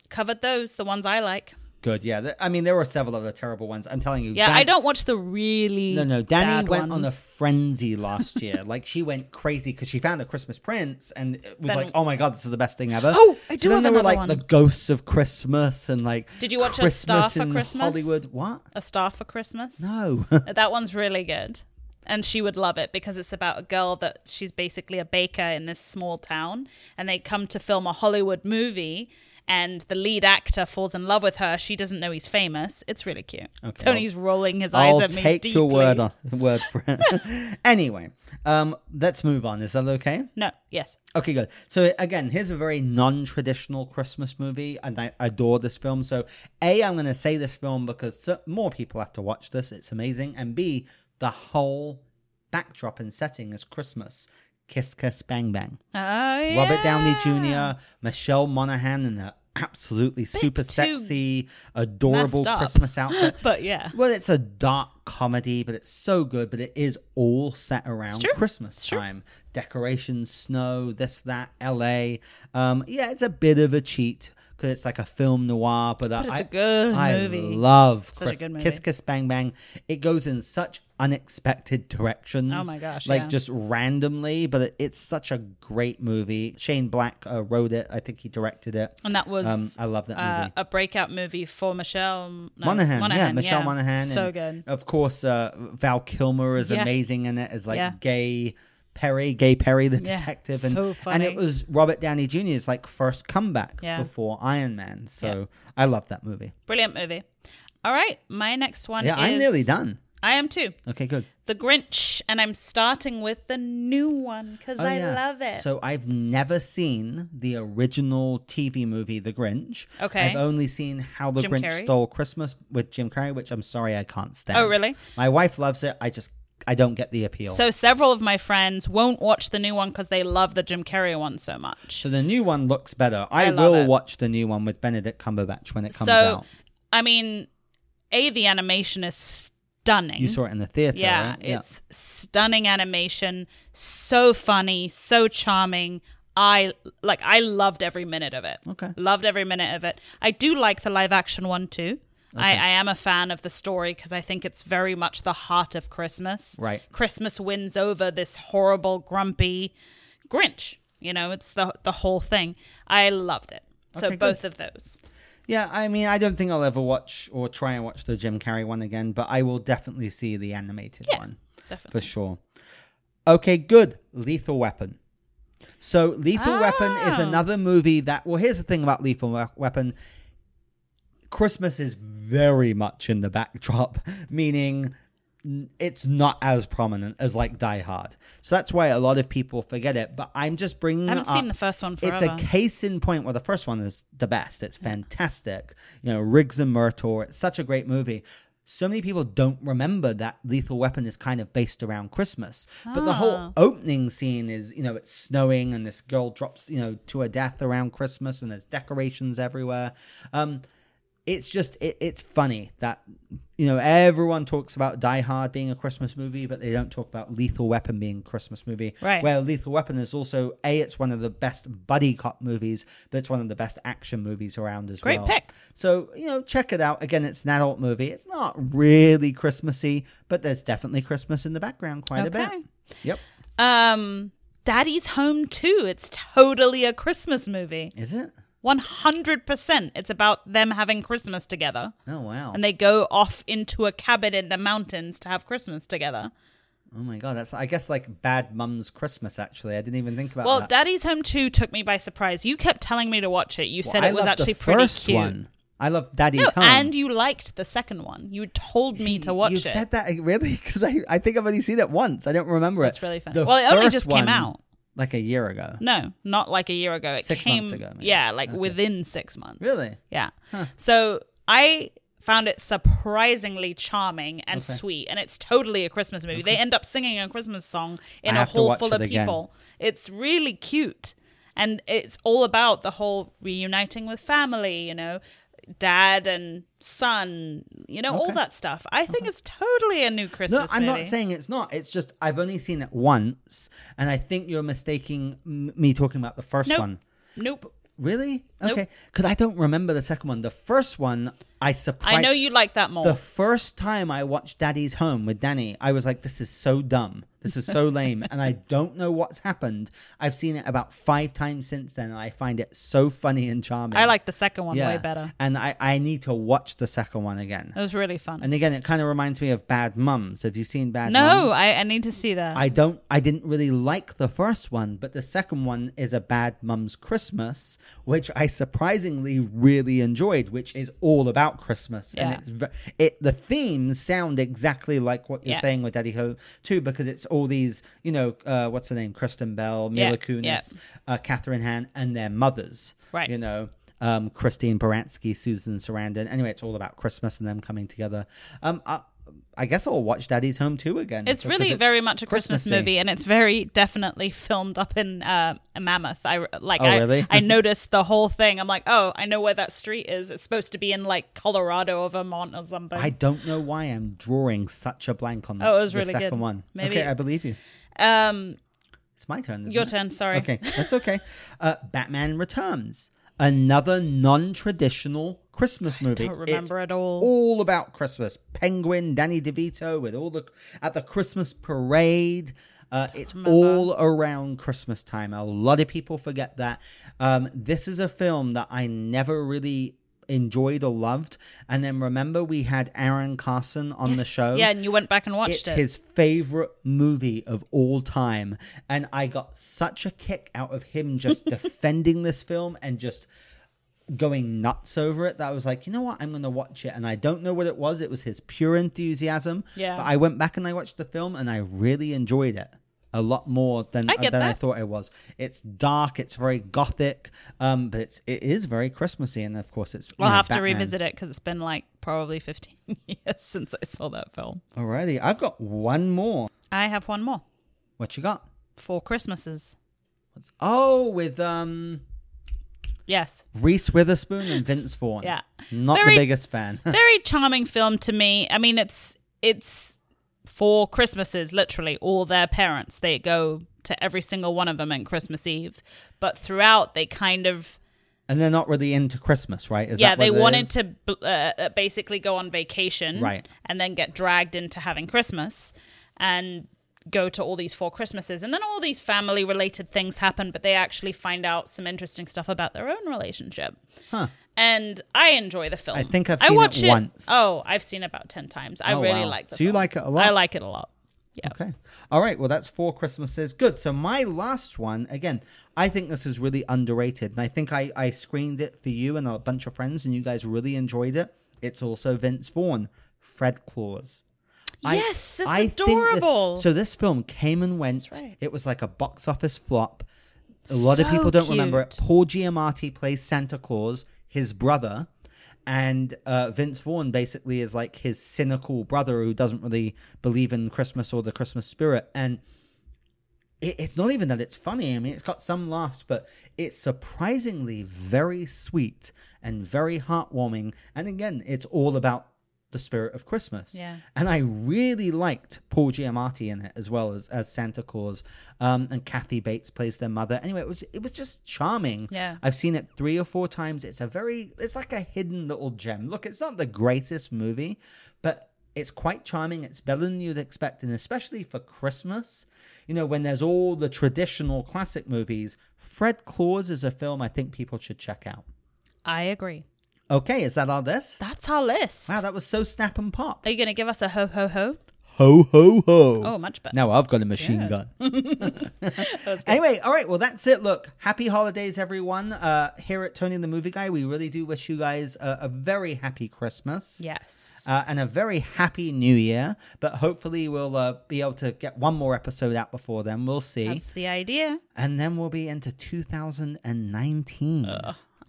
[SPEAKER 3] covered those the ones I like.
[SPEAKER 2] Good. Yeah. Th- I mean, there were several other terrible ones. I'm telling you.
[SPEAKER 3] Yeah, I
[SPEAKER 2] Bad-
[SPEAKER 3] don't watch the really
[SPEAKER 2] No, no. Danny
[SPEAKER 3] bad
[SPEAKER 2] went on a
[SPEAKER 3] ones.
[SPEAKER 2] frenzy
[SPEAKER 3] [laughs]
[SPEAKER 2] last year. like she went crazy because she found a Christmas Prince and it was
[SPEAKER 3] Then-
[SPEAKER 2] like, oh my god, this is the best thing ever.
[SPEAKER 3] Oh, I do
[SPEAKER 2] then
[SPEAKER 3] have
[SPEAKER 2] there were
[SPEAKER 3] another
[SPEAKER 2] like
[SPEAKER 3] one.
[SPEAKER 2] the ghosts of Christmas and like.
[SPEAKER 3] Did you watch A Star for
[SPEAKER 2] in
[SPEAKER 3] Christmas?
[SPEAKER 2] Hollywood. What?
[SPEAKER 3] a star for Christmas. [laughs]
[SPEAKER 2] No.
[SPEAKER 3] That one's really good. And she would love it because it's about a girl that she's basically a baker in this small town and they come to film a Hollywood movie and the lead actor falls in love with her. She doesn't know he's famous. It's really cute. Tony's rolling his eyes
[SPEAKER 2] I'll
[SPEAKER 3] at me.
[SPEAKER 2] take your word
[SPEAKER 3] deeply.
[SPEAKER 2] on word for it. [laughs] anyway, um, let's move on. Is that okay?
[SPEAKER 3] No, yes.
[SPEAKER 2] Okay, good. So again, here's a very non-traditional Christmas movie, and I adore this film. So A, I'm going to say this film because so- more people have to watch this. It's amazing. And B, the whole backdrop and setting is Christmas. Kiss, kiss, bang, bang.
[SPEAKER 3] Oh, yeah.
[SPEAKER 2] Robert Downey Jr., Michelle Monaghan, and her absolutely super
[SPEAKER 3] too
[SPEAKER 2] sexy, adorable
[SPEAKER 3] messed up.
[SPEAKER 2] Christmas outfit.
[SPEAKER 3] [laughs] But yeah.
[SPEAKER 2] Well, it's a dark comedy, but it's so good. But it is all set around
[SPEAKER 3] true.
[SPEAKER 2] Christmas
[SPEAKER 3] It's true.
[SPEAKER 2] time. Decorations, snow, this, that, L.A. Um, yeah, it's a bit of a cheat because it's like a film noir, but, uh,
[SPEAKER 3] But it's
[SPEAKER 2] I,
[SPEAKER 3] a good
[SPEAKER 2] I
[SPEAKER 3] movie.
[SPEAKER 2] love
[SPEAKER 3] Such a
[SPEAKER 2] Chris-
[SPEAKER 3] good movie.
[SPEAKER 2] Kiss Kiss Bang Bang. It goes in such unexpected directions.
[SPEAKER 3] Oh my gosh,
[SPEAKER 2] Like
[SPEAKER 3] yeah.
[SPEAKER 2] just randomly, but it, it's such a great movie. Shane Black uh, wrote it. I think he directed it.
[SPEAKER 3] And that was
[SPEAKER 2] Um, I love that
[SPEAKER 3] uh,
[SPEAKER 2] movie.
[SPEAKER 3] a breakout movie for Michelle no,
[SPEAKER 2] Monaghan, yeah,
[SPEAKER 3] Monaghan,
[SPEAKER 2] Michelle
[SPEAKER 3] yeah.
[SPEAKER 2] Monaghan.
[SPEAKER 3] So
[SPEAKER 2] and
[SPEAKER 3] good.
[SPEAKER 2] Of course, uh, Val Kilmer is
[SPEAKER 3] Yeah.
[SPEAKER 2] amazing in it as like
[SPEAKER 3] Yeah.
[SPEAKER 2] gay Perry, gay Perry, the
[SPEAKER 3] Yeah,
[SPEAKER 2] detective, and
[SPEAKER 3] so
[SPEAKER 2] and it
[SPEAKER 3] funny.
[SPEAKER 2] was Robert Downey Jr.'s like first comeback
[SPEAKER 3] Yeah.
[SPEAKER 2] before Iron Man. So I love that movie.
[SPEAKER 3] Brilliant movie. All right, my next one
[SPEAKER 2] yeah,
[SPEAKER 3] is
[SPEAKER 2] I'm nearly done.
[SPEAKER 3] I am too.
[SPEAKER 2] Okay, good.
[SPEAKER 3] The Grinch, and I'm starting with the new one because
[SPEAKER 2] Oh,
[SPEAKER 3] I
[SPEAKER 2] yeah.
[SPEAKER 3] love it.
[SPEAKER 2] So I've never seen the original TV movie The Grinch.
[SPEAKER 3] Okay.
[SPEAKER 2] I've only seen How the
[SPEAKER 3] Jim
[SPEAKER 2] Grinch
[SPEAKER 3] Carrey?
[SPEAKER 2] Stole Christmas with Jim Carrey, which I'm sorry I can't stand.
[SPEAKER 3] Oh, really?
[SPEAKER 2] My wife loves it. I just I don't get the appeal.
[SPEAKER 3] so several of my friends won't watch the new one because they love the Jim Carrey one so much.
[SPEAKER 2] So the new one looks better. I,
[SPEAKER 3] I love
[SPEAKER 2] will
[SPEAKER 3] it.
[SPEAKER 2] watch the new one with Benedict Cumberbatch when it comes
[SPEAKER 3] so,
[SPEAKER 2] out.
[SPEAKER 3] I mean, a the animation is stunning.
[SPEAKER 2] You saw it in the theater,
[SPEAKER 3] yeah,
[SPEAKER 2] right?
[SPEAKER 3] it's stunning animation, so funny, so charming. I like I loved every minute of it.
[SPEAKER 2] Okay.
[SPEAKER 3] Loved every minute of it. I do like the live action one too. I, I am a fan of the story because I think it's very much the heart of Christmas.
[SPEAKER 2] Right.
[SPEAKER 3] Christmas wins over this horrible, grumpy Grinch. You know, it's the the whole thing. I loved it. So
[SPEAKER 2] Okay, good.
[SPEAKER 3] both of those.
[SPEAKER 2] Yeah, I mean, I don't think I'll ever watch or try and watch the Jim Carrey one again, but I will definitely see the animated one
[SPEAKER 3] Definitely.
[SPEAKER 2] for sure. Okay, good. Lethal Weapon. So, Lethal Weapon is
[SPEAKER 3] Oh.
[SPEAKER 2] another movie that. Well, here's the thing about Lethal We- Weapon Christmas is very much in the backdrop, [laughs] meaning n- it's not as prominent as like Die Hard. So, that's why a lot of people forget it, but I'm just bringing
[SPEAKER 3] I haven't
[SPEAKER 2] it up
[SPEAKER 3] seen the first one forever.
[SPEAKER 2] it's a case in point. Well, the first one is the best. It's fantastic. You know, Riggs and Murtaugh. It's such a great movie. So many people don't remember that Lethal Weapon is kind of based around Christmas. But the whole
[SPEAKER 3] Ah.
[SPEAKER 2] opening scene is, you know, it's snowing and this girl drops, you know, to her death around Christmas and there's decorations everywhere. Um, it's just it, it's funny that you know everyone talks about Die Hard being a Christmas movie, but they don't talk about Lethal Weapon being a Christmas movie.
[SPEAKER 3] Right.
[SPEAKER 2] Where Lethal Weapon is also a it's one of the best buddy cop movies, but it's one of the best action movies around as
[SPEAKER 3] Great
[SPEAKER 2] well.
[SPEAKER 3] pick.
[SPEAKER 2] So you know check it out. Again, it's an adult movie. It's not really Christmassy, but there's definitely Christmas in the background quite a
[SPEAKER 3] Okay.
[SPEAKER 2] bit. Yep.
[SPEAKER 3] um, Daddy's Home too. It's totally a Christmas movie.
[SPEAKER 2] Is it?
[SPEAKER 3] 100%. It's about them having Christmas together.
[SPEAKER 2] Oh wow.
[SPEAKER 3] And they go off into a cabin in the mountains to have Christmas together.
[SPEAKER 2] oh my god. That's I guess like Bad Mum's Christmas. Actually, I didn't even think about
[SPEAKER 3] Well,
[SPEAKER 2] that.
[SPEAKER 3] Daddy's Home 2 took me by surprise. You kept telling me to watch it. You said
[SPEAKER 2] I
[SPEAKER 3] it was
[SPEAKER 2] loved
[SPEAKER 3] actually
[SPEAKER 2] the
[SPEAKER 3] pretty
[SPEAKER 2] first
[SPEAKER 3] cute.
[SPEAKER 2] One. I love Daddy's
[SPEAKER 3] No,
[SPEAKER 2] Home.
[SPEAKER 3] and you liked the second one. You told me
[SPEAKER 2] See,
[SPEAKER 3] to watch
[SPEAKER 2] you
[SPEAKER 3] it.
[SPEAKER 2] said that [laughs] really because I, I think I've only seen it once. I don't remember it.
[SPEAKER 3] It's really funny.
[SPEAKER 2] The
[SPEAKER 3] Well, it only
[SPEAKER 2] first
[SPEAKER 3] just came
[SPEAKER 2] one,
[SPEAKER 3] out.
[SPEAKER 2] like a year ago.
[SPEAKER 3] No, not like a year ago. It
[SPEAKER 2] Six
[SPEAKER 3] came,
[SPEAKER 2] months ago, maybe.
[SPEAKER 3] Yeah, like
[SPEAKER 2] Okay.
[SPEAKER 3] within six months.
[SPEAKER 2] Really?
[SPEAKER 3] Yeah.
[SPEAKER 2] Huh.
[SPEAKER 3] So I found it surprisingly charming and
[SPEAKER 2] Okay.
[SPEAKER 3] sweet, and it's totally a Christmas movie. They end up singing a Christmas song in
[SPEAKER 2] I
[SPEAKER 3] a
[SPEAKER 2] have to
[SPEAKER 3] hall
[SPEAKER 2] watch
[SPEAKER 3] full
[SPEAKER 2] it
[SPEAKER 3] of
[SPEAKER 2] again.
[SPEAKER 3] people. It's really cute, and it's all about the whole reuniting with family. You know. Dad and son, you know, all
[SPEAKER 2] Okay.
[SPEAKER 3] that stuff. I think it's totally a new
[SPEAKER 2] No,
[SPEAKER 3] Christmas
[SPEAKER 2] I'm
[SPEAKER 3] movie.
[SPEAKER 2] not saying it's not. It's just I've only seen it once, and I think you're mistaking m- me talking about the first
[SPEAKER 3] Nope.
[SPEAKER 2] one.
[SPEAKER 3] Nope.
[SPEAKER 2] Really?
[SPEAKER 3] Nope.
[SPEAKER 2] Okay. Because I don't remember the second one. The first one, I surprised.
[SPEAKER 3] I know you like that more.
[SPEAKER 2] The first time I watched Daddy's Home with Danny, I was like, this is so dumb. This is
[SPEAKER 3] [laughs]
[SPEAKER 2] so lame. and I don't know what's happened. I've seen it about five times since then, and I find it so funny and charming.
[SPEAKER 3] I like the second one way better. Oh.
[SPEAKER 2] And I, I need to watch the second one again.
[SPEAKER 3] It was really fun.
[SPEAKER 2] And again, it kind of reminds me of Bad Mums. Have you seen Bad
[SPEAKER 3] No,
[SPEAKER 2] Mums?
[SPEAKER 3] I, I need to see that.
[SPEAKER 2] I don't I didn't really like the first one, but the second one is a Bad Mum's Christmas, which I surprisingly really enjoyed, which is all about Christmas
[SPEAKER 3] Yeah.
[SPEAKER 2] and it's ve- it the themes sound exactly like what you're
[SPEAKER 3] Yeah.
[SPEAKER 2] saying with Daddy Ho too because it's all these, you know, uh, what's her name, Kristen Bell, Mila
[SPEAKER 3] Yeah,
[SPEAKER 2] Kunis,
[SPEAKER 3] yeah.
[SPEAKER 2] uh, Catherine Hahn and their mothers.
[SPEAKER 3] Right.
[SPEAKER 2] You know, um, Christine Baranski, Susan Sarandon. Anyway, it's all about Christmas and them coming together. Um, I, I guess I'll watch Daddy's Home too again.
[SPEAKER 3] it's
[SPEAKER 2] because
[SPEAKER 3] really very much a Christmas
[SPEAKER 2] Christmassy.
[SPEAKER 3] movie, and it's very definitely filmed up in uh, a Mammoth. I re- like.
[SPEAKER 2] Oh,
[SPEAKER 3] I,
[SPEAKER 2] really? [laughs]
[SPEAKER 3] I noticed the whole thing. I'm like, oh, I know where that street is. It's supposed to be in like Colorado or Vermont or something.
[SPEAKER 2] I don't know why I'm drawing such a blank on that.
[SPEAKER 3] Oh, it was
[SPEAKER 2] the
[SPEAKER 3] really
[SPEAKER 2] second
[SPEAKER 3] good.
[SPEAKER 2] one.
[SPEAKER 3] Maybe-
[SPEAKER 2] Okay, I believe you.
[SPEAKER 3] um,
[SPEAKER 2] It's my turn. Isn't
[SPEAKER 3] your
[SPEAKER 2] it?
[SPEAKER 3] turn. Sorry.
[SPEAKER 2] Okay, that's
[SPEAKER 3] [laughs]
[SPEAKER 2] okay. Uh, Batman Returns, another non-traditional Christmas movie.
[SPEAKER 3] Don't remember
[SPEAKER 2] it's
[SPEAKER 3] at all.
[SPEAKER 2] all about Christmas. Penguin, Danny DeVito, with all the at the Christmas parade. Uh, it's all around Christmas time. A lot of people forget that. Um, this is a film that I never really enjoyed or loved. And then remember, we had Aaron Carson on the show
[SPEAKER 3] Yeah, and you went back and watched
[SPEAKER 2] it's
[SPEAKER 3] it.
[SPEAKER 2] his favorite movie of all time and i got such a kick out of him
[SPEAKER 3] [laughs]
[SPEAKER 2] just defending this film and just going nuts over it that i was like you know what i'm gonna watch it and i don't know what it was it was his pure enthusiasm
[SPEAKER 3] Yeah.
[SPEAKER 2] but i went back and i watched the film and i really enjoyed it a lot more than
[SPEAKER 3] I get
[SPEAKER 2] than I
[SPEAKER 3] that.
[SPEAKER 2] thought it was. It's dark. It's very gothic, um, but it's it is very Christmassy, and of course it's. you
[SPEAKER 3] We'll
[SPEAKER 2] know,
[SPEAKER 3] have to
[SPEAKER 2] Batman.
[SPEAKER 3] revisit it because it's been like probably [laughs] 15 years since I saw that film.
[SPEAKER 2] Alrighty, I've got one more.
[SPEAKER 3] I have one more.
[SPEAKER 2] What you got?
[SPEAKER 3] Four Christmases.
[SPEAKER 2] What's- Oh, with um
[SPEAKER 3] Yes.
[SPEAKER 2] Reese Witherspoon and Vince Vaughn.
[SPEAKER 3] Yeah.
[SPEAKER 2] Not
[SPEAKER 3] Very-
[SPEAKER 2] the biggest fan. [laughs]
[SPEAKER 3] very charming film to me. I mean, it's it's for Christmases, literally. All their parents they go to every single one of them on Christmas Eve, but throughout they kind of
[SPEAKER 2] And they're not really into Christmas, right? Is
[SPEAKER 3] yeah,
[SPEAKER 2] that what
[SPEAKER 3] they
[SPEAKER 2] it
[SPEAKER 3] wanted
[SPEAKER 2] is?
[SPEAKER 3] to b- uh, basically go on vacation,
[SPEAKER 2] Right.
[SPEAKER 3] and then get dragged into having Christmas and go to all these four Christmases, and then all these family-related things happen, but they actually find out some interesting stuff about their own relationship.
[SPEAKER 2] Huh.
[SPEAKER 3] And I enjoy the film.
[SPEAKER 2] I think I've
[SPEAKER 3] I
[SPEAKER 2] seen it
[SPEAKER 3] watch
[SPEAKER 2] once.
[SPEAKER 3] Oh, I've seen it about ten times. I
[SPEAKER 2] Oh,
[SPEAKER 3] really
[SPEAKER 2] wow.
[SPEAKER 3] like the
[SPEAKER 2] So you
[SPEAKER 3] film.
[SPEAKER 2] like it a lot?
[SPEAKER 3] I like it a lot. Yeah.
[SPEAKER 2] Okay. All right. Well, that's four Christmases. Good. So my last one, again, I think this is really underrated, and I think I I screened it for you and a bunch of friends, and you guys really enjoyed it. It's also Vince Vaughn, Fred Claus.
[SPEAKER 3] Yes, it's
[SPEAKER 2] think this-
[SPEAKER 3] adorable.
[SPEAKER 2] so this film came and went.
[SPEAKER 3] That's right.
[SPEAKER 2] It was like a box office flop. A lot of
[SPEAKER 3] So
[SPEAKER 2] people don't remember it.
[SPEAKER 3] cute.
[SPEAKER 2] Paul Giamatti plays Santa Claus, his brother, and uh, Vince Vaughn basically is like his cynical brother who doesn't really believe in Christmas or the Christmas spirit. And it, it's not even that it's funny. I mean, it's got some laughs, but it's surprisingly very sweet and very heartwarming. And again, it's all about the spirit of Christmas.
[SPEAKER 3] Yeah.
[SPEAKER 2] And I really liked Paul Giamatti in it as well as, as Santa Claus. Um, and Kathy Bates plays their mother. Anyway, it was it was just charming.
[SPEAKER 3] Yeah.
[SPEAKER 2] I've seen it three or four times. It's a very it's like a hidden little gem. Look, it's not the greatest movie, but it's quite charming. It's better than you'd expect, and especially for Christmas, you know, when there's all the traditional classic movies. Fred Claus is a film I think people should check out.
[SPEAKER 3] I agree.
[SPEAKER 2] Okay, is that our list?
[SPEAKER 3] That's our list.
[SPEAKER 2] Wow, that was so snap and pop.
[SPEAKER 3] Are you going to give us a ho ho ho?
[SPEAKER 2] Ho ho ho.
[SPEAKER 3] Oh, much better.
[SPEAKER 2] Now I've got a machine
[SPEAKER 3] Yeah.
[SPEAKER 2] gun.
[SPEAKER 3] [laughs] That was good.
[SPEAKER 2] Anyway, all right. Well, that's it. Look, happy holidays, everyone. Uh, here at Tony the Movie Guy, we really do wish you guys a, a very happy Christmas.
[SPEAKER 3] Yes.
[SPEAKER 2] Uh, and a very happy new year. But hopefully, we'll uh, be able to get one more episode out before then. We'll see.
[SPEAKER 3] That's the idea.
[SPEAKER 2] And then we'll be into 2019.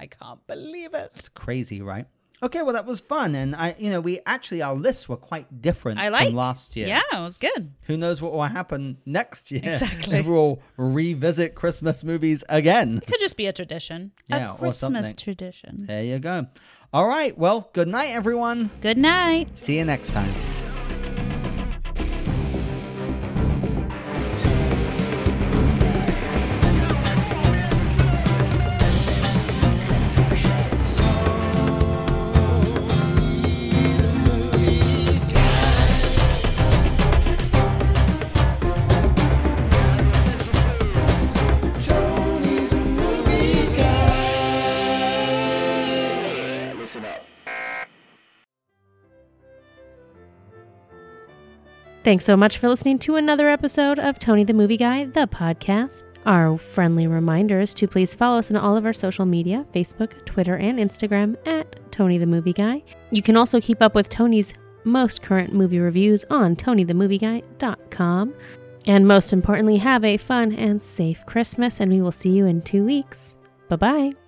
[SPEAKER 3] I can't believe it.
[SPEAKER 2] It's crazy, right? Okay, well, that was fun. And I, you know, we actually, our lists were quite different
[SPEAKER 3] I like
[SPEAKER 2] from last year.
[SPEAKER 3] Yeah, it was good.
[SPEAKER 2] Who knows what will happen next year? [laughs]
[SPEAKER 3] Exactly.
[SPEAKER 2] If we'll revisit Christmas movies again.
[SPEAKER 3] Could just be a tradition.
[SPEAKER 2] Yeah,
[SPEAKER 3] a
[SPEAKER 2] or
[SPEAKER 3] Christmas
[SPEAKER 2] something.
[SPEAKER 3] tradition.
[SPEAKER 2] There you go. All right. Well, good night, everyone.
[SPEAKER 3] Good night.
[SPEAKER 2] See you next time.
[SPEAKER 1] Thanks so much for listening to another episode of Tony the Movie Guy, the podcast. Our friendly reminder is to please follow us on all of our social media Facebook, Twitter, and Instagram at Tony the Movie Guy. You can also keep up with Tony's most current movie reviews on TonyTheMovieGuy.com. And most importantly, have a fun and safe Christmas, and we will see you in two weeks. Bye bye.